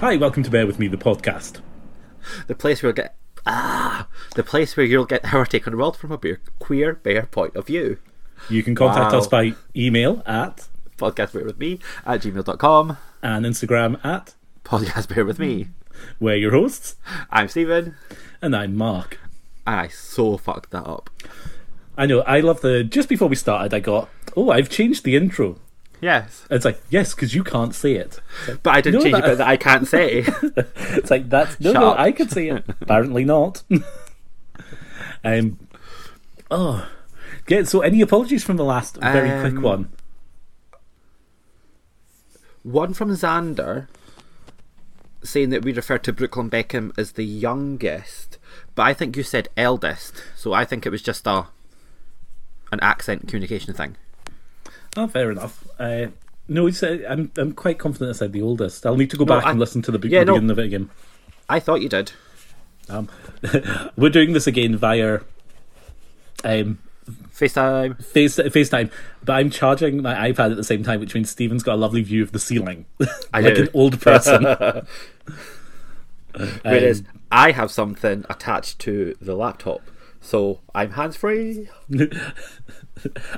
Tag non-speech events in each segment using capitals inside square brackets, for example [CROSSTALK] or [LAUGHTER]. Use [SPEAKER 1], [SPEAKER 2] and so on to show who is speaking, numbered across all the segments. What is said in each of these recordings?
[SPEAKER 1] Hi, welcome to Bear With Me, the podcast.
[SPEAKER 2] The place where get ah, the place where you'll get our take on the world from a beer, queer bear point of view.
[SPEAKER 1] You can contact
[SPEAKER 2] Wow.
[SPEAKER 1] us by email at
[SPEAKER 2] Podcast bear with me at gmail.com.
[SPEAKER 1] and Instagram at
[SPEAKER 2] Podcast bear with me.
[SPEAKER 1] We're Your Hosts,
[SPEAKER 2] I'm Stephen,
[SPEAKER 1] and I'm Mark.
[SPEAKER 2] and I so fucked that up.
[SPEAKER 1] I know, I love the. Just before we started, I got, oh, I've changed the intro.
[SPEAKER 2] Yes,
[SPEAKER 1] It's like, yes, because you can't say it.
[SPEAKER 2] but I
[SPEAKER 1] No,
[SPEAKER 2] didn't change it
[SPEAKER 1] that-
[SPEAKER 2] because I can't say. [LAUGHS]
[SPEAKER 1] It's like, that's. No,
[SPEAKER 2] Shut
[SPEAKER 1] no,
[SPEAKER 2] up.
[SPEAKER 1] I could say
[SPEAKER 2] [LAUGHS]
[SPEAKER 1] it. Apparently not. um, oh. Yeah, so any apologies from the last very
[SPEAKER 2] Um,
[SPEAKER 1] quick one?
[SPEAKER 2] One from Xander saying that we referred to Brooklyn Beckham as the youngest, but I think you said eldest, so I think it was just a an accent communication thing.
[SPEAKER 1] Oh, fair enough. Uh, no, it's, uh, I'm I'm quite confident I said the oldest. I'll need to go back
[SPEAKER 2] I-
[SPEAKER 1] and listen to the, be-
[SPEAKER 2] yeah,
[SPEAKER 1] the
[SPEAKER 2] no.
[SPEAKER 1] beginning of it again.
[SPEAKER 2] I thought you did.
[SPEAKER 1] Um, [LAUGHS] we're doing this again via um,
[SPEAKER 2] FaceTime.
[SPEAKER 1] Face FaceTime, but I'm charging my iPad at the same time, which means Stephen's got a lovely view of the ceiling, [LAUGHS]
[SPEAKER 2] I
[SPEAKER 1] like
[SPEAKER 2] do.
[SPEAKER 1] an old
[SPEAKER 2] [LAUGHS]
[SPEAKER 1] person.
[SPEAKER 2] Whereas
[SPEAKER 1] Um,
[SPEAKER 2] I have something attached to the laptop, so I'm hands free.
[SPEAKER 1] [LAUGHS]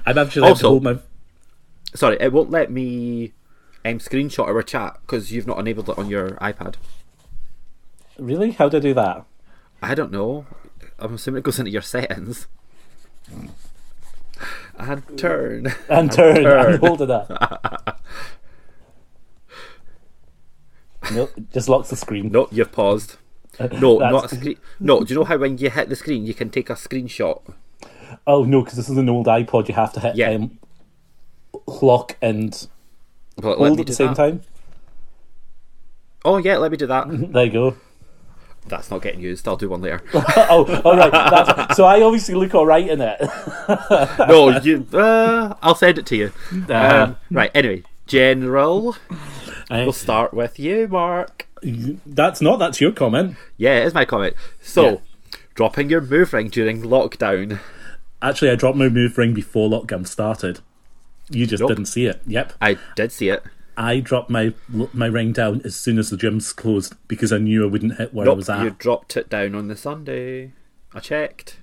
[SPEAKER 1] I'm actually also,
[SPEAKER 2] Also-
[SPEAKER 1] to hold my.
[SPEAKER 2] Sorry, it won't let me um, screenshot our chat because you've not enabled it on your iPad.
[SPEAKER 1] Really? How do I do that?
[SPEAKER 2] I don't know. I'm assuming it goes into your settings. [LAUGHS] And turn.
[SPEAKER 1] And turn.
[SPEAKER 2] turn.
[SPEAKER 1] And hold it up.
[SPEAKER 2] [LAUGHS]
[SPEAKER 1] nope, it just locks the screen.
[SPEAKER 2] No, you've paused.
[SPEAKER 1] [LAUGHS]
[SPEAKER 2] No,
[SPEAKER 1] That's-
[SPEAKER 2] not a screen. No, do you know how when you hit the screen, you can take a screenshot?
[SPEAKER 1] Oh no, because this is an old iPod. You have to hit
[SPEAKER 2] Yeah.
[SPEAKER 1] um, lock and
[SPEAKER 2] Will it let
[SPEAKER 1] hold
[SPEAKER 2] me
[SPEAKER 1] at the
[SPEAKER 2] do
[SPEAKER 1] same
[SPEAKER 2] that?
[SPEAKER 1] time.
[SPEAKER 2] Oh yeah, let me do that.
[SPEAKER 1] There you go. [LAUGHS]
[SPEAKER 2] That's not getting used. I'll do one later.
[SPEAKER 1] oh, all right. That's, so I obviously look all right in it.
[SPEAKER 2] no, you. Uh, I'll send it to [LAUGHS] you.
[SPEAKER 1] Uh-huh.
[SPEAKER 2] Um, right. Anyway, general.
[SPEAKER 1] Uh,
[SPEAKER 2] We'll start with you, Mark.
[SPEAKER 1] that's not. That's your comment.
[SPEAKER 2] Yeah, it's my comment. So,
[SPEAKER 1] Yeah.
[SPEAKER 2] dropping your move ring during lockdown.
[SPEAKER 1] Actually, I dropped my move ring before lockdown started. You just
[SPEAKER 2] Nope.
[SPEAKER 1] didn't see it. Yep.
[SPEAKER 2] I did see it.
[SPEAKER 1] I dropped my my ring down as soon as the gyms closed because I knew I wouldn't hit where I
[SPEAKER 2] Nope,
[SPEAKER 1] was at.
[SPEAKER 2] you dropped it down on the Sunday. I checked.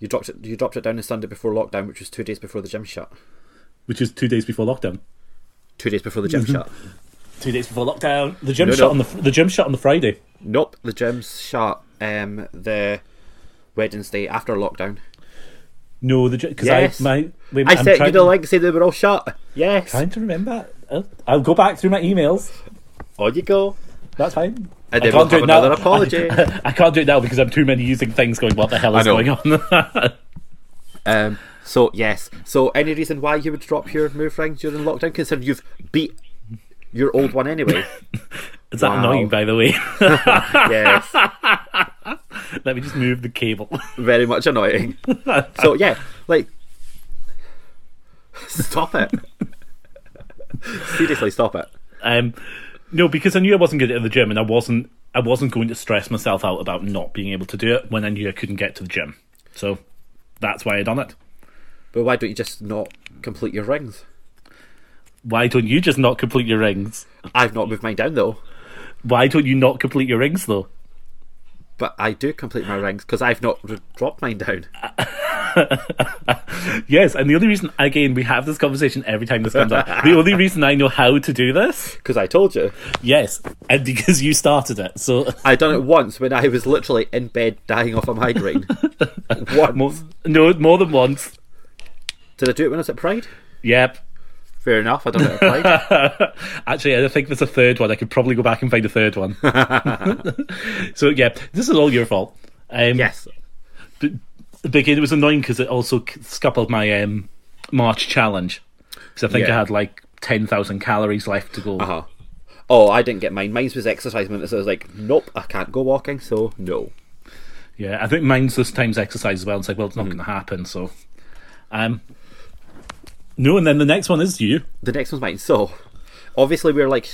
[SPEAKER 2] You dropped it. You dropped it down the Sunday before lockdown, which was two days before the gym shut.
[SPEAKER 1] Which is two days before lockdown.
[SPEAKER 2] Two days before the
[SPEAKER 1] Mm-hmm.
[SPEAKER 2] gym shut.
[SPEAKER 1] Two days before lockdown. The gym
[SPEAKER 2] No,
[SPEAKER 1] shut
[SPEAKER 2] no.
[SPEAKER 1] on the the gym shut on the Friday.
[SPEAKER 2] Nope, the gym's shut. Um, the Wednesday after lockdown.
[SPEAKER 1] No, the because
[SPEAKER 2] Yes.
[SPEAKER 1] I my wait,
[SPEAKER 2] I
[SPEAKER 1] I'm
[SPEAKER 2] sent you
[SPEAKER 1] trying-
[SPEAKER 2] the link, saying they were all shut. Yes.
[SPEAKER 1] Trying to remember. I'll, I'll go back through my emails.
[SPEAKER 2] On you go.
[SPEAKER 1] That's fine.
[SPEAKER 2] And then we'll have another
[SPEAKER 1] [LAUGHS]
[SPEAKER 2] apology.
[SPEAKER 1] I, I can't do it now because I'm too many using things going, what the hell is
[SPEAKER 2] know.
[SPEAKER 1] going on? [LAUGHS]
[SPEAKER 2] Um, so yes. So any reason why you would drop your move ring during lockdown, considering you've beat your old one anyway?
[SPEAKER 1] Is that
[SPEAKER 2] Wow.
[SPEAKER 1] annoying, by the way? [LAUGHS]
[SPEAKER 2] yes,
[SPEAKER 1] Let me just move the cable. [LAUGHS]
[SPEAKER 2] very much annoying. So yeah, like stop it. Seriously, stop it.
[SPEAKER 1] Um, no, because I knew I wasn't good at the gym and I wasn't I wasn't going to stress myself out about not being able to do it when I knew I couldn't get to the gym. So that's why I done it.
[SPEAKER 2] But why don't you just not complete your rings?
[SPEAKER 1] Why don't you just not complete your rings?
[SPEAKER 2] I've not moved mine down though,
[SPEAKER 1] Why don't you not complete your rings though?
[SPEAKER 2] but I do complete my rings because I've not re- dropped mine down.
[SPEAKER 1] Yes, and the only reason again we have this conversation every time this comes up. The
[SPEAKER 2] [LAUGHS]
[SPEAKER 1] only reason I know how to do this,
[SPEAKER 2] Because I told you,
[SPEAKER 1] yes, and because you started it. So [LAUGHS]
[SPEAKER 2] I done it once when I was literally in bed dying off a [LAUGHS] migraine.
[SPEAKER 1] More,
[SPEAKER 2] once
[SPEAKER 1] no, more than once.
[SPEAKER 2] did I do it when I was at Pride?
[SPEAKER 1] Yep.
[SPEAKER 2] Fair enough. I don't know. Pride. [LAUGHS]
[SPEAKER 1] Actually, I think there's a third one. I could probably go back and find a third
[SPEAKER 2] [LAUGHS]
[SPEAKER 1] one. so yeah, this is all your fault. Um,
[SPEAKER 2] Yes.
[SPEAKER 1] but, but again, it was annoying because it also c- scuppered my um, March challenge because I think
[SPEAKER 2] Yeah.
[SPEAKER 1] I had like ten thousand calories left to go.
[SPEAKER 2] Uh-huh. Oh, I didn't get mine. Mine was exercise minutes. I was like, nope, I can't go walking, so no.
[SPEAKER 1] Yeah, I think mine's this time's exercise as well. It's like, well, it's not
[SPEAKER 2] Hmm.
[SPEAKER 1] going to happen. So, um, no, and then the next one is you.
[SPEAKER 2] The next one's mine. So, obviously, we're like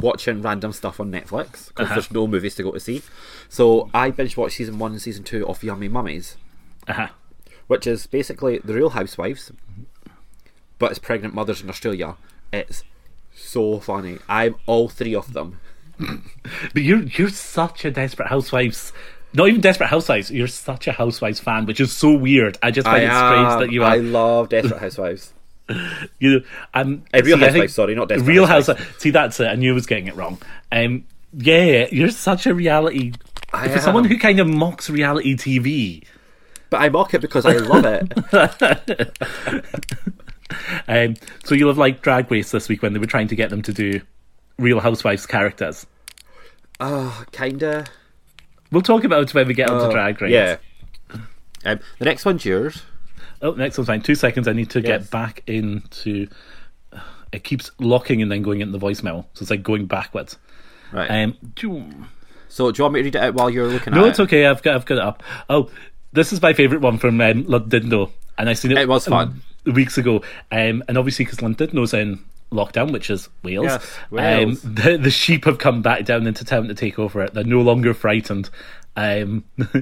[SPEAKER 2] watching random stuff on Netflix because there's no movies to go to see. So, I binge watched season one and season two of Yummy Mummies,
[SPEAKER 1] Uh-huh.
[SPEAKER 2] which is basically the real housewives, but it's pregnant mothers in Australia. It's so funny. I'm all three of them.
[SPEAKER 1] But you're you're such a desperate housewives. Not even desperate housewives. You're such a housewives fan, which is so weird. I just
[SPEAKER 2] I
[SPEAKER 1] find it
[SPEAKER 2] am-
[SPEAKER 1] strange that you are.
[SPEAKER 2] I love Desperate Housewives.
[SPEAKER 1] [LAUGHS] you know, um,
[SPEAKER 2] A Real
[SPEAKER 1] see, I think-
[SPEAKER 2] Housewives, sorry, not Desperate
[SPEAKER 1] Real
[SPEAKER 2] Housewives.
[SPEAKER 1] Housewives. See, that's it. I knew I was getting it wrong. Um, yeah, you're such a reality.
[SPEAKER 2] I
[SPEAKER 1] for someone
[SPEAKER 2] am.
[SPEAKER 1] who kind of mocks reality TV,
[SPEAKER 2] But I mock it because I
[SPEAKER 1] [LAUGHS]
[SPEAKER 2] love it.
[SPEAKER 1] um, so you'll have like Drag Race this week when they were trying to get them to do Real Housewives characters.
[SPEAKER 2] oh, kinda.
[SPEAKER 1] We'll talk about it when we get onto
[SPEAKER 2] Oh,
[SPEAKER 1] Drag Race.
[SPEAKER 2] Yeah. Um, the next one's yours.
[SPEAKER 1] Oh, next one's fine. Two seconds. I need to
[SPEAKER 2] Yes.
[SPEAKER 1] get back into. uh, It keeps locking and then going into the voicemail, so it's like going backwards.
[SPEAKER 2] Right.
[SPEAKER 1] Um, do-
[SPEAKER 2] so do you want me to read it out while you're looking at
[SPEAKER 1] no,
[SPEAKER 2] it?
[SPEAKER 1] it's okay. I've got I've got it up. Oh, this is my favourite one from um, Londinno, and I seen it.
[SPEAKER 2] It was fun.
[SPEAKER 1] weeks ago, um, and obviously because Londinno's in lockdown, which is Wales.
[SPEAKER 2] Yes, Wales.
[SPEAKER 1] Um, the, the sheep have come back down into town to take over it. They're no longer frightened. Um, [LAUGHS]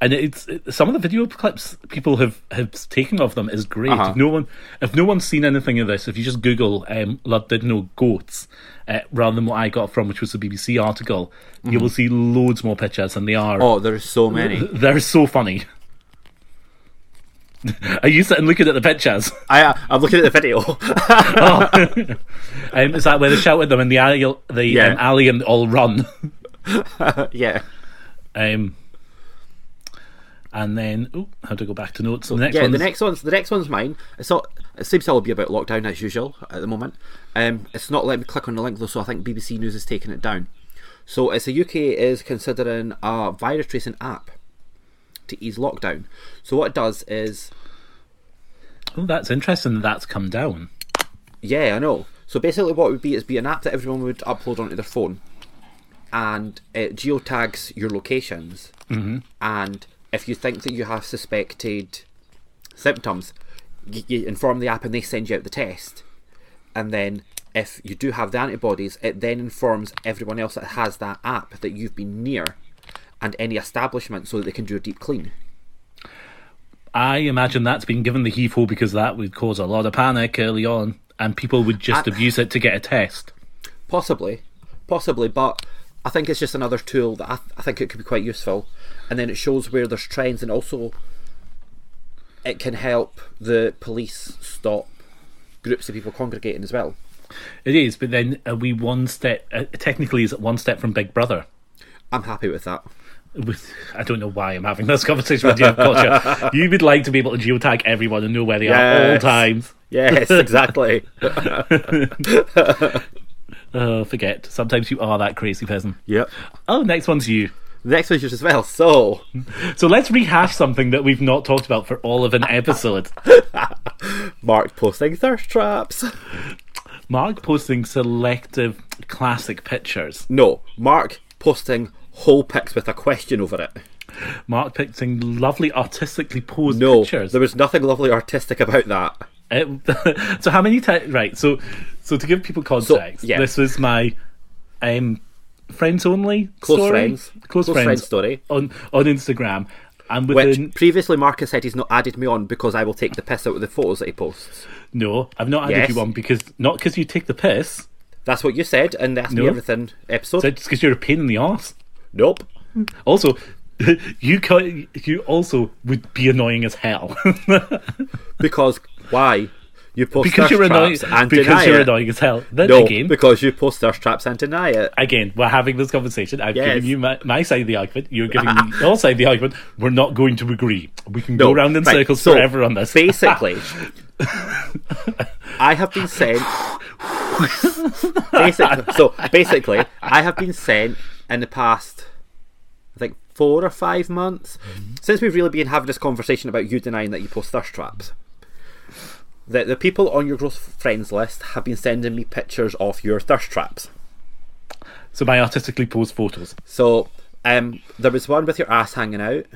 [SPEAKER 1] and it's it- some of the video clips people have, have taken of them is great.
[SPEAKER 2] Uh-huh.
[SPEAKER 1] If no one, if no one's seen anything of this, if you just Google um, Llandudno goats uh, rather than what I got from, which was the BBC article, you will see loads more pictures, and they are
[SPEAKER 2] Mm-hmm. Oh, there's so many.
[SPEAKER 1] they're so funny. [LAUGHS] Are you sitting looking at the pictures?
[SPEAKER 2] [LAUGHS]
[SPEAKER 1] [LAUGHS]
[SPEAKER 2] I, uh, I'm looking at the video. [LAUGHS]
[SPEAKER 1] Um, is that where they shouted them in the alley, the
[SPEAKER 2] Yeah.
[SPEAKER 1] um, alley and all run? [LAUGHS]
[SPEAKER 2] yeah.
[SPEAKER 1] Um, and then, oh, how do I go back to notes? So the next
[SPEAKER 2] Yeah,
[SPEAKER 1] one.
[SPEAKER 2] the next one's the next one's mine. It's all, it seems to all be about lockdown as usual at the moment. Um, it's not letting me click on the link though, so I think BBC News has taken it down. So it's the UK is considering a virus tracing app to ease lockdown. So what it does is,
[SPEAKER 1] Oh, that's interesting. that That's come down.
[SPEAKER 2] yeah, I know. So basically, what it would be is be an app that everyone would upload onto their phone, and it geotags your locations. Mm-hmm. And if you think that you have suspected symptoms, you, you inform the app and they send you out the test. And then if you do have the antibodies, it then informs everyone else that has that app that you've been near and any establishment so that they can do a deep clean.
[SPEAKER 1] I imagine that's been given the heave ho because that would cause a lot of panic early on, and people would just abuse it to get a test.
[SPEAKER 2] Possibly, possibly, but I think it's just another tool that I, th- I think it could be quite useful. And then it shows where there's trends, and also it can help the police stop groups of people congregating as well.
[SPEAKER 1] It is, but then are we one step? Uh, technically, is it one step from Big Brother?
[SPEAKER 2] I'm happy with that.
[SPEAKER 1] with I don't know why I'm having this conversation with you. I've
[SPEAKER 2] [LAUGHS]
[SPEAKER 1] got you. You would like to be able to geotag everyone and know where they are at all
[SPEAKER 2] Yes.
[SPEAKER 1] times.
[SPEAKER 2] Yes, exactly.
[SPEAKER 1] Oh, forget. Sometimes you are that crazy person.
[SPEAKER 2] yep.
[SPEAKER 1] Oh, next one's you.
[SPEAKER 2] The next one's yours as well. So,
[SPEAKER 1] So let's rehash something that we've not talked about for all of an episode.
[SPEAKER 2] Mark posting thirst traps.
[SPEAKER 1] Mark posting selective classic pictures.
[SPEAKER 2] No, Mark posting whole pics with a question over it.
[SPEAKER 1] Mark posting lovely artistically posed
[SPEAKER 2] No,
[SPEAKER 1] pictures.
[SPEAKER 2] there was nothing lovely artistic about that.
[SPEAKER 1] It- [LAUGHS] so how many times? Right. So so to give people context,
[SPEAKER 2] yeah.
[SPEAKER 1] this was my um, friends only
[SPEAKER 2] Close
[SPEAKER 1] story?
[SPEAKER 2] friends.
[SPEAKER 1] close,
[SPEAKER 2] Close friends story.
[SPEAKER 1] on on Instagram, and
[SPEAKER 2] Which
[SPEAKER 1] within
[SPEAKER 2] previously Marcus said he's not added me on because I will take the piss out of the photos that he posts.
[SPEAKER 1] no, I've not added
[SPEAKER 2] Yes.
[SPEAKER 1] you on because not because you take the piss,
[SPEAKER 2] That's what you said in the Ask
[SPEAKER 1] No.
[SPEAKER 2] Me Everything episode.
[SPEAKER 1] but it's because you're a pain in the ass.
[SPEAKER 2] nope.
[SPEAKER 1] Also. [LAUGHS] You can, you also would be annoying as hell [LAUGHS]
[SPEAKER 2] Because why? You post
[SPEAKER 1] because
[SPEAKER 2] thirst
[SPEAKER 1] you're annoying
[SPEAKER 2] traps and
[SPEAKER 1] because
[SPEAKER 2] deny
[SPEAKER 1] you're
[SPEAKER 2] it.
[SPEAKER 1] annoying as hell. Then
[SPEAKER 2] No,
[SPEAKER 1] again,
[SPEAKER 2] because you post thirst traps and deny it.
[SPEAKER 1] again, we're having this conversation. I've
[SPEAKER 2] Yes.
[SPEAKER 1] given you my, my side of the argument. You're giving
[SPEAKER 2] [LAUGHS]
[SPEAKER 1] me your side of the argument. We're not going to agree. We can go
[SPEAKER 2] No,
[SPEAKER 1] round in
[SPEAKER 2] right,
[SPEAKER 1] circles
[SPEAKER 2] so
[SPEAKER 1] forever on this.
[SPEAKER 2] Basically, I have been sent. basically, so basically, I have been sent in the past, I think four or five months
[SPEAKER 1] Mm-hmm.
[SPEAKER 2] since we've really been having this conversation about you denying that you post thirst traps. That the people on your close friends list have been sending me pictures of your thirst traps.
[SPEAKER 1] [LAUGHS] so my artistically posed photos.
[SPEAKER 2] So um, there was one with your ass hanging out.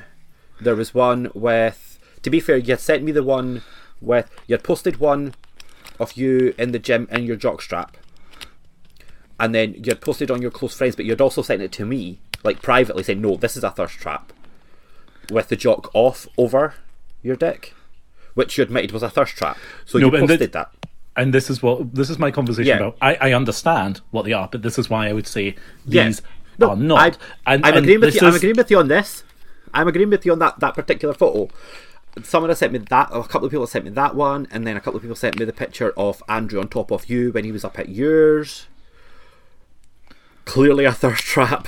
[SPEAKER 2] There was one with. To be fair, you had sent me the one with. You had posted one of you in the gym in your jockstrap, and then you had posted on your close friends, but you had also sent it to me, like privately, saying, "No, this is a thirst trap," with the jock off over your dick, which you admitted was a thirst trap. So
[SPEAKER 1] No,
[SPEAKER 2] you
[SPEAKER 1] but in
[SPEAKER 2] posted
[SPEAKER 1] the-
[SPEAKER 2] that.
[SPEAKER 1] and this is what this is my conversation
[SPEAKER 2] Yeah.
[SPEAKER 1] about. I, I understand what they are, but this is why I would say
[SPEAKER 2] Yeah.
[SPEAKER 1] these
[SPEAKER 2] No,
[SPEAKER 1] are not.
[SPEAKER 2] I,
[SPEAKER 1] and,
[SPEAKER 2] I'm
[SPEAKER 1] and
[SPEAKER 2] agreeing with
[SPEAKER 1] this
[SPEAKER 2] you. I'm
[SPEAKER 1] is-
[SPEAKER 2] agreeing with you on this. I'm agreeing with you on that, that particular photo. Someone has sent me that. A couple of people sent me that one, and then a couple of people sent me the picture of Andrew on top of you when he was up at yours. Clearly a thirst trap.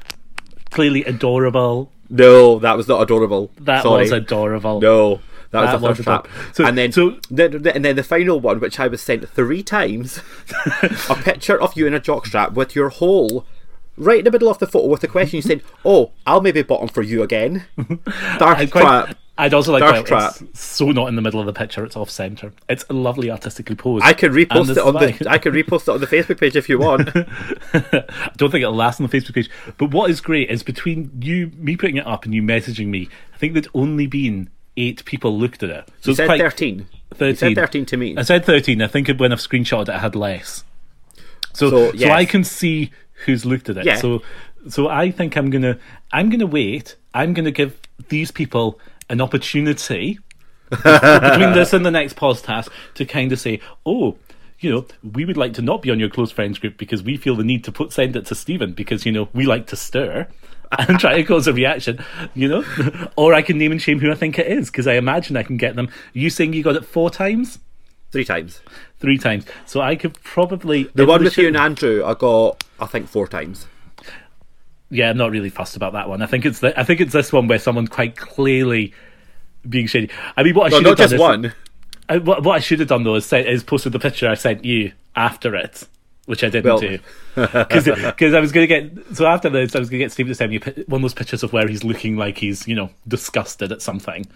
[SPEAKER 2] [LAUGHS]
[SPEAKER 1] Clearly adorable.
[SPEAKER 2] No, that was not adorable.
[SPEAKER 1] That
[SPEAKER 2] Sorry.
[SPEAKER 1] was adorable. [LAUGHS]
[SPEAKER 2] No, [LAUGHS] that,
[SPEAKER 1] That
[SPEAKER 2] was a
[SPEAKER 1] was
[SPEAKER 2] thirst trap.
[SPEAKER 1] adorable. So-
[SPEAKER 2] and then,
[SPEAKER 1] so-
[SPEAKER 2] then, and then the final one, which I was sent three times, [LAUGHS] a picture of you in a jockstrap with your hole right in the middle of the photo with the question. You said, "Oh, I'll maybe bottom for you
[SPEAKER 1] [LAUGHS]
[SPEAKER 2] again."
[SPEAKER 1] I
[SPEAKER 2] Thirst
[SPEAKER 1] quite,
[SPEAKER 2] trap.
[SPEAKER 1] I'd also like
[SPEAKER 2] Thirst
[SPEAKER 1] to it's so not in the middle of the picture. It's off center. It's lovely artistically posed.
[SPEAKER 2] I can
[SPEAKER 1] And
[SPEAKER 2] repost
[SPEAKER 1] this
[SPEAKER 2] it on
[SPEAKER 1] is
[SPEAKER 2] the. I can repost it on the Facebook page if you want.
[SPEAKER 1] [LAUGHS] I don't think it'll last on the Facebook page. But what is great is between you, me putting it up, and you messaging me. I think there'd only been eight people looked at it. So it's
[SPEAKER 2] said
[SPEAKER 1] quite,
[SPEAKER 2] thirteen. You said thirteen to me.
[SPEAKER 1] I said 13. I think when I've screenshotted it, I had less. So,
[SPEAKER 2] So,
[SPEAKER 1] so,
[SPEAKER 2] yes.
[SPEAKER 1] I can see who's looked at it.
[SPEAKER 2] Yeah.
[SPEAKER 1] So, so I think I'm gonna, I'm gonna wait. I'm gonna give these people an opportunity [LAUGHS] between this and the next podcast to kind of say, oh. You know, we would like to not be on your close friends group because we feel the need to put send it to Stephen because you know we like to stir [LAUGHS] and try to cause a reaction. You know, [LAUGHS] or I can name and shame who I think it is because I imagine I can get them. You saying you got it four times?
[SPEAKER 2] Three times.
[SPEAKER 1] three times. So I could probably
[SPEAKER 2] The one with you and Andrew, I got. I think four times.
[SPEAKER 1] Yeah, I'm not really fussed about that one. I think it's the, I think it's this one where someone quite clearly being shady. I mean, what I
[SPEAKER 2] Well,
[SPEAKER 1] should
[SPEAKER 2] not
[SPEAKER 1] have done
[SPEAKER 2] just
[SPEAKER 1] is, [LAUGHS]
[SPEAKER 2] one.
[SPEAKER 1] I, what, what I should have done though is, sent, is posted the picture I sent you after it, which I didn't
[SPEAKER 2] Well- [LAUGHS]
[SPEAKER 1] do because I was going to get so after this I was going to get Steve to send me a pi- one of those pictures of where he's looking like he's you know disgusted at something.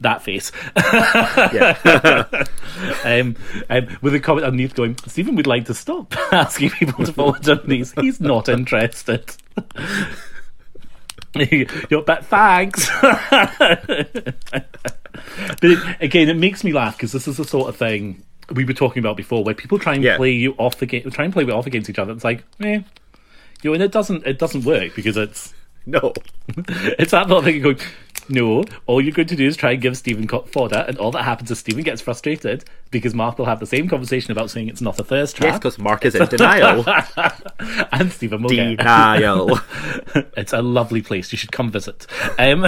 [SPEAKER 1] That face, [LAUGHS] um, um, with a comment underneath going, Stephen would like to stop [LAUGHS] asking people to forward on these. He's not interested. [LAUGHS] You're but thanks. [LAUGHS] but it, again, it makes me laugh because this is the sort of thing we were talking about before, where people try and
[SPEAKER 2] Yeah.
[SPEAKER 1] play you off the game, try and play you off against each other. It's like, eh, you know, and it doesn't, it doesn't work because it's
[SPEAKER 2] No.
[SPEAKER 1] [LAUGHS] it's that little thing of going. No, all you're going to do is try and give Stephen co- fodder, and all that happens is Stephen gets frustrated because Mark will have the same conversation about saying it's not a thirst
[SPEAKER 2] Yes,
[SPEAKER 1] trap,
[SPEAKER 2] because Mark is in denial.
[SPEAKER 1] [LAUGHS] and Stephen will get
[SPEAKER 2] denial.
[SPEAKER 1] [LAUGHS] it's a lovely place. You should come visit. Um, [LAUGHS]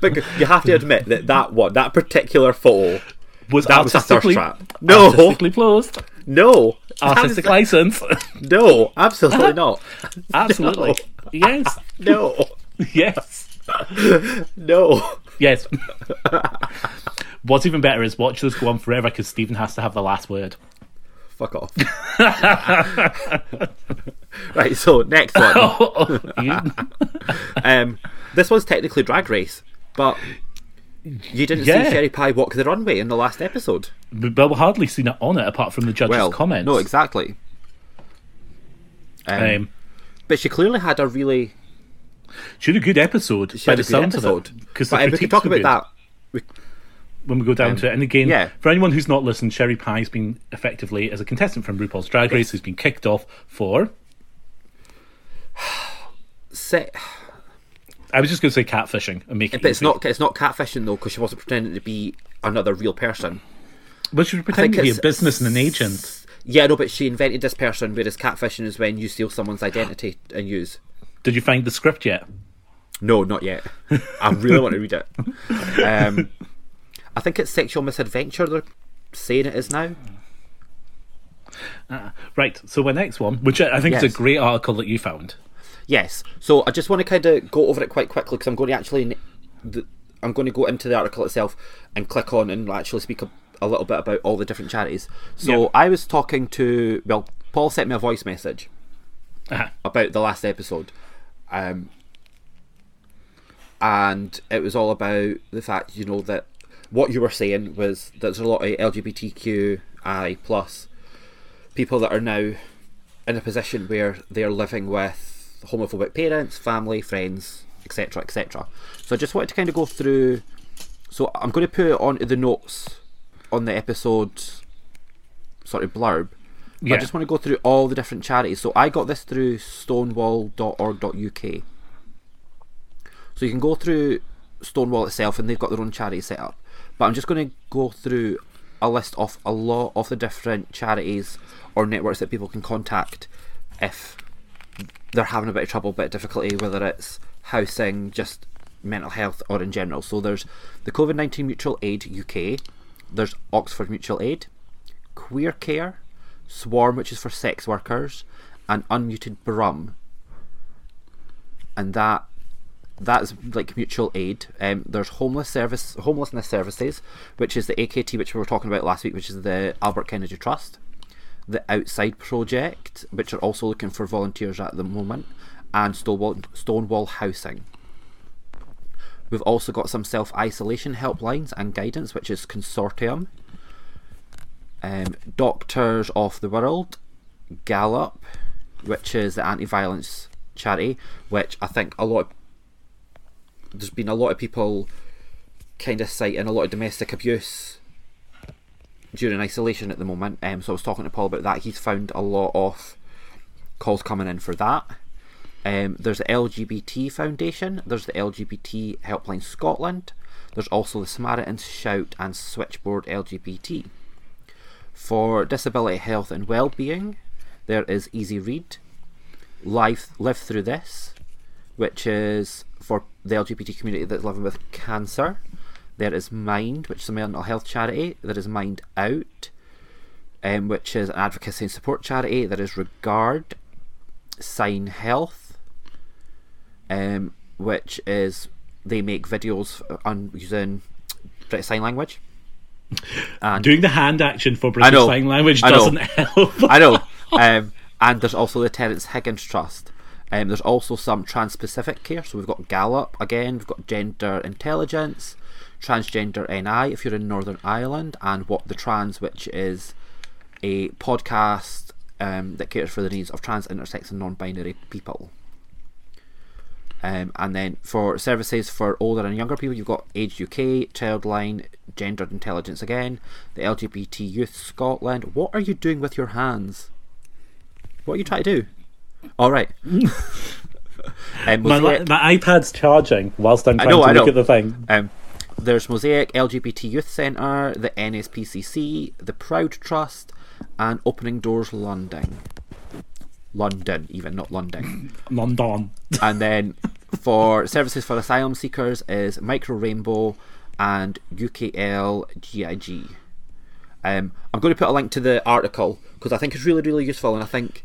[SPEAKER 2] But you have to admit that that one, that particular photo,
[SPEAKER 1] was
[SPEAKER 2] That was a thirst
[SPEAKER 1] artistically,
[SPEAKER 2] trap. No.
[SPEAKER 1] artistically posed,
[SPEAKER 2] no,
[SPEAKER 1] artistic
[SPEAKER 2] Abs- [LAUGHS]
[SPEAKER 1] license,
[SPEAKER 2] no, absolutely not.
[SPEAKER 1] absolutely. Yes,
[SPEAKER 2] No,
[SPEAKER 1] yes,
[SPEAKER 2] no. [LAUGHS]
[SPEAKER 1] yes. What's even better is watch this go on forever because Stephen has to have the last
[SPEAKER 2] [LAUGHS]
[SPEAKER 1] word. [LAUGHS]
[SPEAKER 2] Fuck off. [LAUGHS] right. So next [LAUGHS] one.
[SPEAKER 1] You-
[SPEAKER 2] Um, this one's technically Drag Race, but you didn't
[SPEAKER 1] Yeah.
[SPEAKER 2] see Sherry Pie walk the runway in the last episode.
[SPEAKER 1] But we've hardly seen it on it apart from the judge's
[SPEAKER 2] Well,
[SPEAKER 1] comments.
[SPEAKER 2] no, exactly. Um,
[SPEAKER 1] Um,
[SPEAKER 2] but she clearly had a really
[SPEAKER 1] she had a good episode
[SPEAKER 2] she
[SPEAKER 1] by
[SPEAKER 2] had
[SPEAKER 1] the
[SPEAKER 2] a good
[SPEAKER 1] sounds
[SPEAKER 2] episode.
[SPEAKER 1] of it. Because
[SPEAKER 2] But uh, we can talk about that. We,
[SPEAKER 1] when we go down to it. And again,
[SPEAKER 2] yeah.
[SPEAKER 1] for anyone who's not listened, Sherry Pie's been effectively as a contestant from RuPaul's Drag Race who's been kicked off for.
[SPEAKER 2] set,
[SPEAKER 1] I was just going to say catfishing and making.
[SPEAKER 2] But it's not it's not catfishing though because she wasn't pretending to be another real person.
[SPEAKER 1] But she was pretending to be a
[SPEAKER 2] it's-
[SPEAKER 1] business and an agent.
[SPEAKER 2] Yeah, no, but she invented this person. Whereas catfishing is when you steal someone's identity and use.
[SPEAKER 1] Did you find the script yet?
[SPEAKER 2] No, not yet. I really want to [LAUGHS] read it. Um, I think it's sexual misadventure. They're saying it is now.
[SPEAKER 1] Right. So my next one, which I I think is
[SPEAKER 2] Yes.
[SPEAKER 1] a great article that you found.
[SPEAKER 2] Yes. So I just want to kind of go over it quite quickly because I'm going to actually, the, I'm going to go into the article itself and click on and actually speak a, a little bit about all the different charities. So
[SPEAKER 1] Yeah.
[SPEAKER 2] I was talking to well, Paul sent me a voice message
[SPEAKER 1] Uh-huh.
[SPEAKER 2] about the last episode, um, and it was all about the fact you know that what you were saying was that there's a lot of LGBTQI plus people that are now in a position where they're living with homophobic parents, family, friends, etc., etc. So I just wanted to kind of go through. So I'm going to put it onto the notes on the episode sort of blurb. But
[SPEAKER 1] Yeah.
[SPEAKER 2] I just want to go through all the different charities. So I got this through stonewall.org.uk. So you can go through Stonewall itself, and they've got their own charity set up. But I'm just going to go through a list of a lot of the different charities or networks that people can contact if they're having a bit of trouble, bit of difficulty, whether it's housing, just mental health, or in general. So there's the COVID 19 Mutual Aid UK, there's Oxford Mutual Aid, Queer Care, Swarm, which is for sex workers, and Unmuted Brum. And that that's like mutual aid. Um, there's homeless service, homelessness services, which is the AKT, which we were talking about last week, which is the Albert Kennedy Trust, the Outside Project, which are also looking for volunteers at the moment, and Stonewall, Stonewall Housing. We've also got some self isolation helplines and guidance, which is Consortium, um, Doctors of the World, Gallop, which is the anti violence charity, which I think a lot of there's been a lot of people kind of citing a lot of domestic abuse during isolation at the moment. Um, so I was talking to Paul about that. He's found a lot of calls coming in for that. Um, there's the LGBT Foundation. There's the LGBT Helpline Scotland. There's also the Samaritans Shout and Switchboard LGBT. For disability health and well-being, there is Easy Read, Life Live Through This, which is for the LGBT community that's living with cancer. There is Mind, which is a mental health charity. There is Mind Out, um, which is an advocacy and support charity. There is Regard, Sign Health, um, which is they make videos on using British Sign Language. And
[SPEAKER 1] Doing the hand action for British
[SPEAKER 2] know.
[SPEAKER 1] Sign Language
[SPEAKER 2] I know.
[SPEAKER 1] doesn't [LAUGHS] help.
[SPEAKER 2] I know. Um, and there's also the Terence Higgins Trust. Um, there's also some trans Pacific care. So we've got Gallup again, we've got Gender Intelligence, Transgender NI if you're in Northern Ireland, and What the Trans, which is a podcast um, that caters for the needs of trans, intersex, and non binary people. Um, and then for services for older and younger people, you've got Age UK, Childline, Gendered Intelligence again, the LGBT Youth Scotland. What are you doing with your hands? What are you trying to do? All right. um,
[SPEAKER 1] My,
[SPEAKER 2] Mosaic-
[SPEAKER 1] my iPad's charging whilst I'm trying
[SPEAKER 2] know,
[SPEAKER 1] to
[SPEAKER 2] I
[SPEAKER 1] look
[SPEAKER 2] know.
[SPEAKER 1] at the thing.
[SPEAKER 2] um, there's Mosaic, LGBT Youth Centre, the NSPCC, the Proud Trust, and Opening Doors London. London, even not London.
[SPEAKER 1] London.
[SPEAKER 2] and then for services for asylum seekers is Micro Rainbow and UKL GIG. Um, I'm going to put a link to the article because I think it's really, really useful, and I think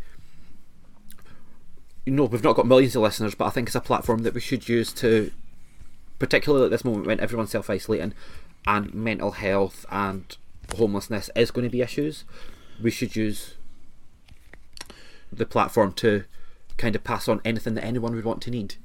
[SPEAKER 2] you know we've not got millions of listeners, but I think it's a platform that we should use to, particularly at this moment when everyone's self isolating, and mental health and homelessness is going to be issues. We should use the platform to kind of pass on anything that anyone would want to need.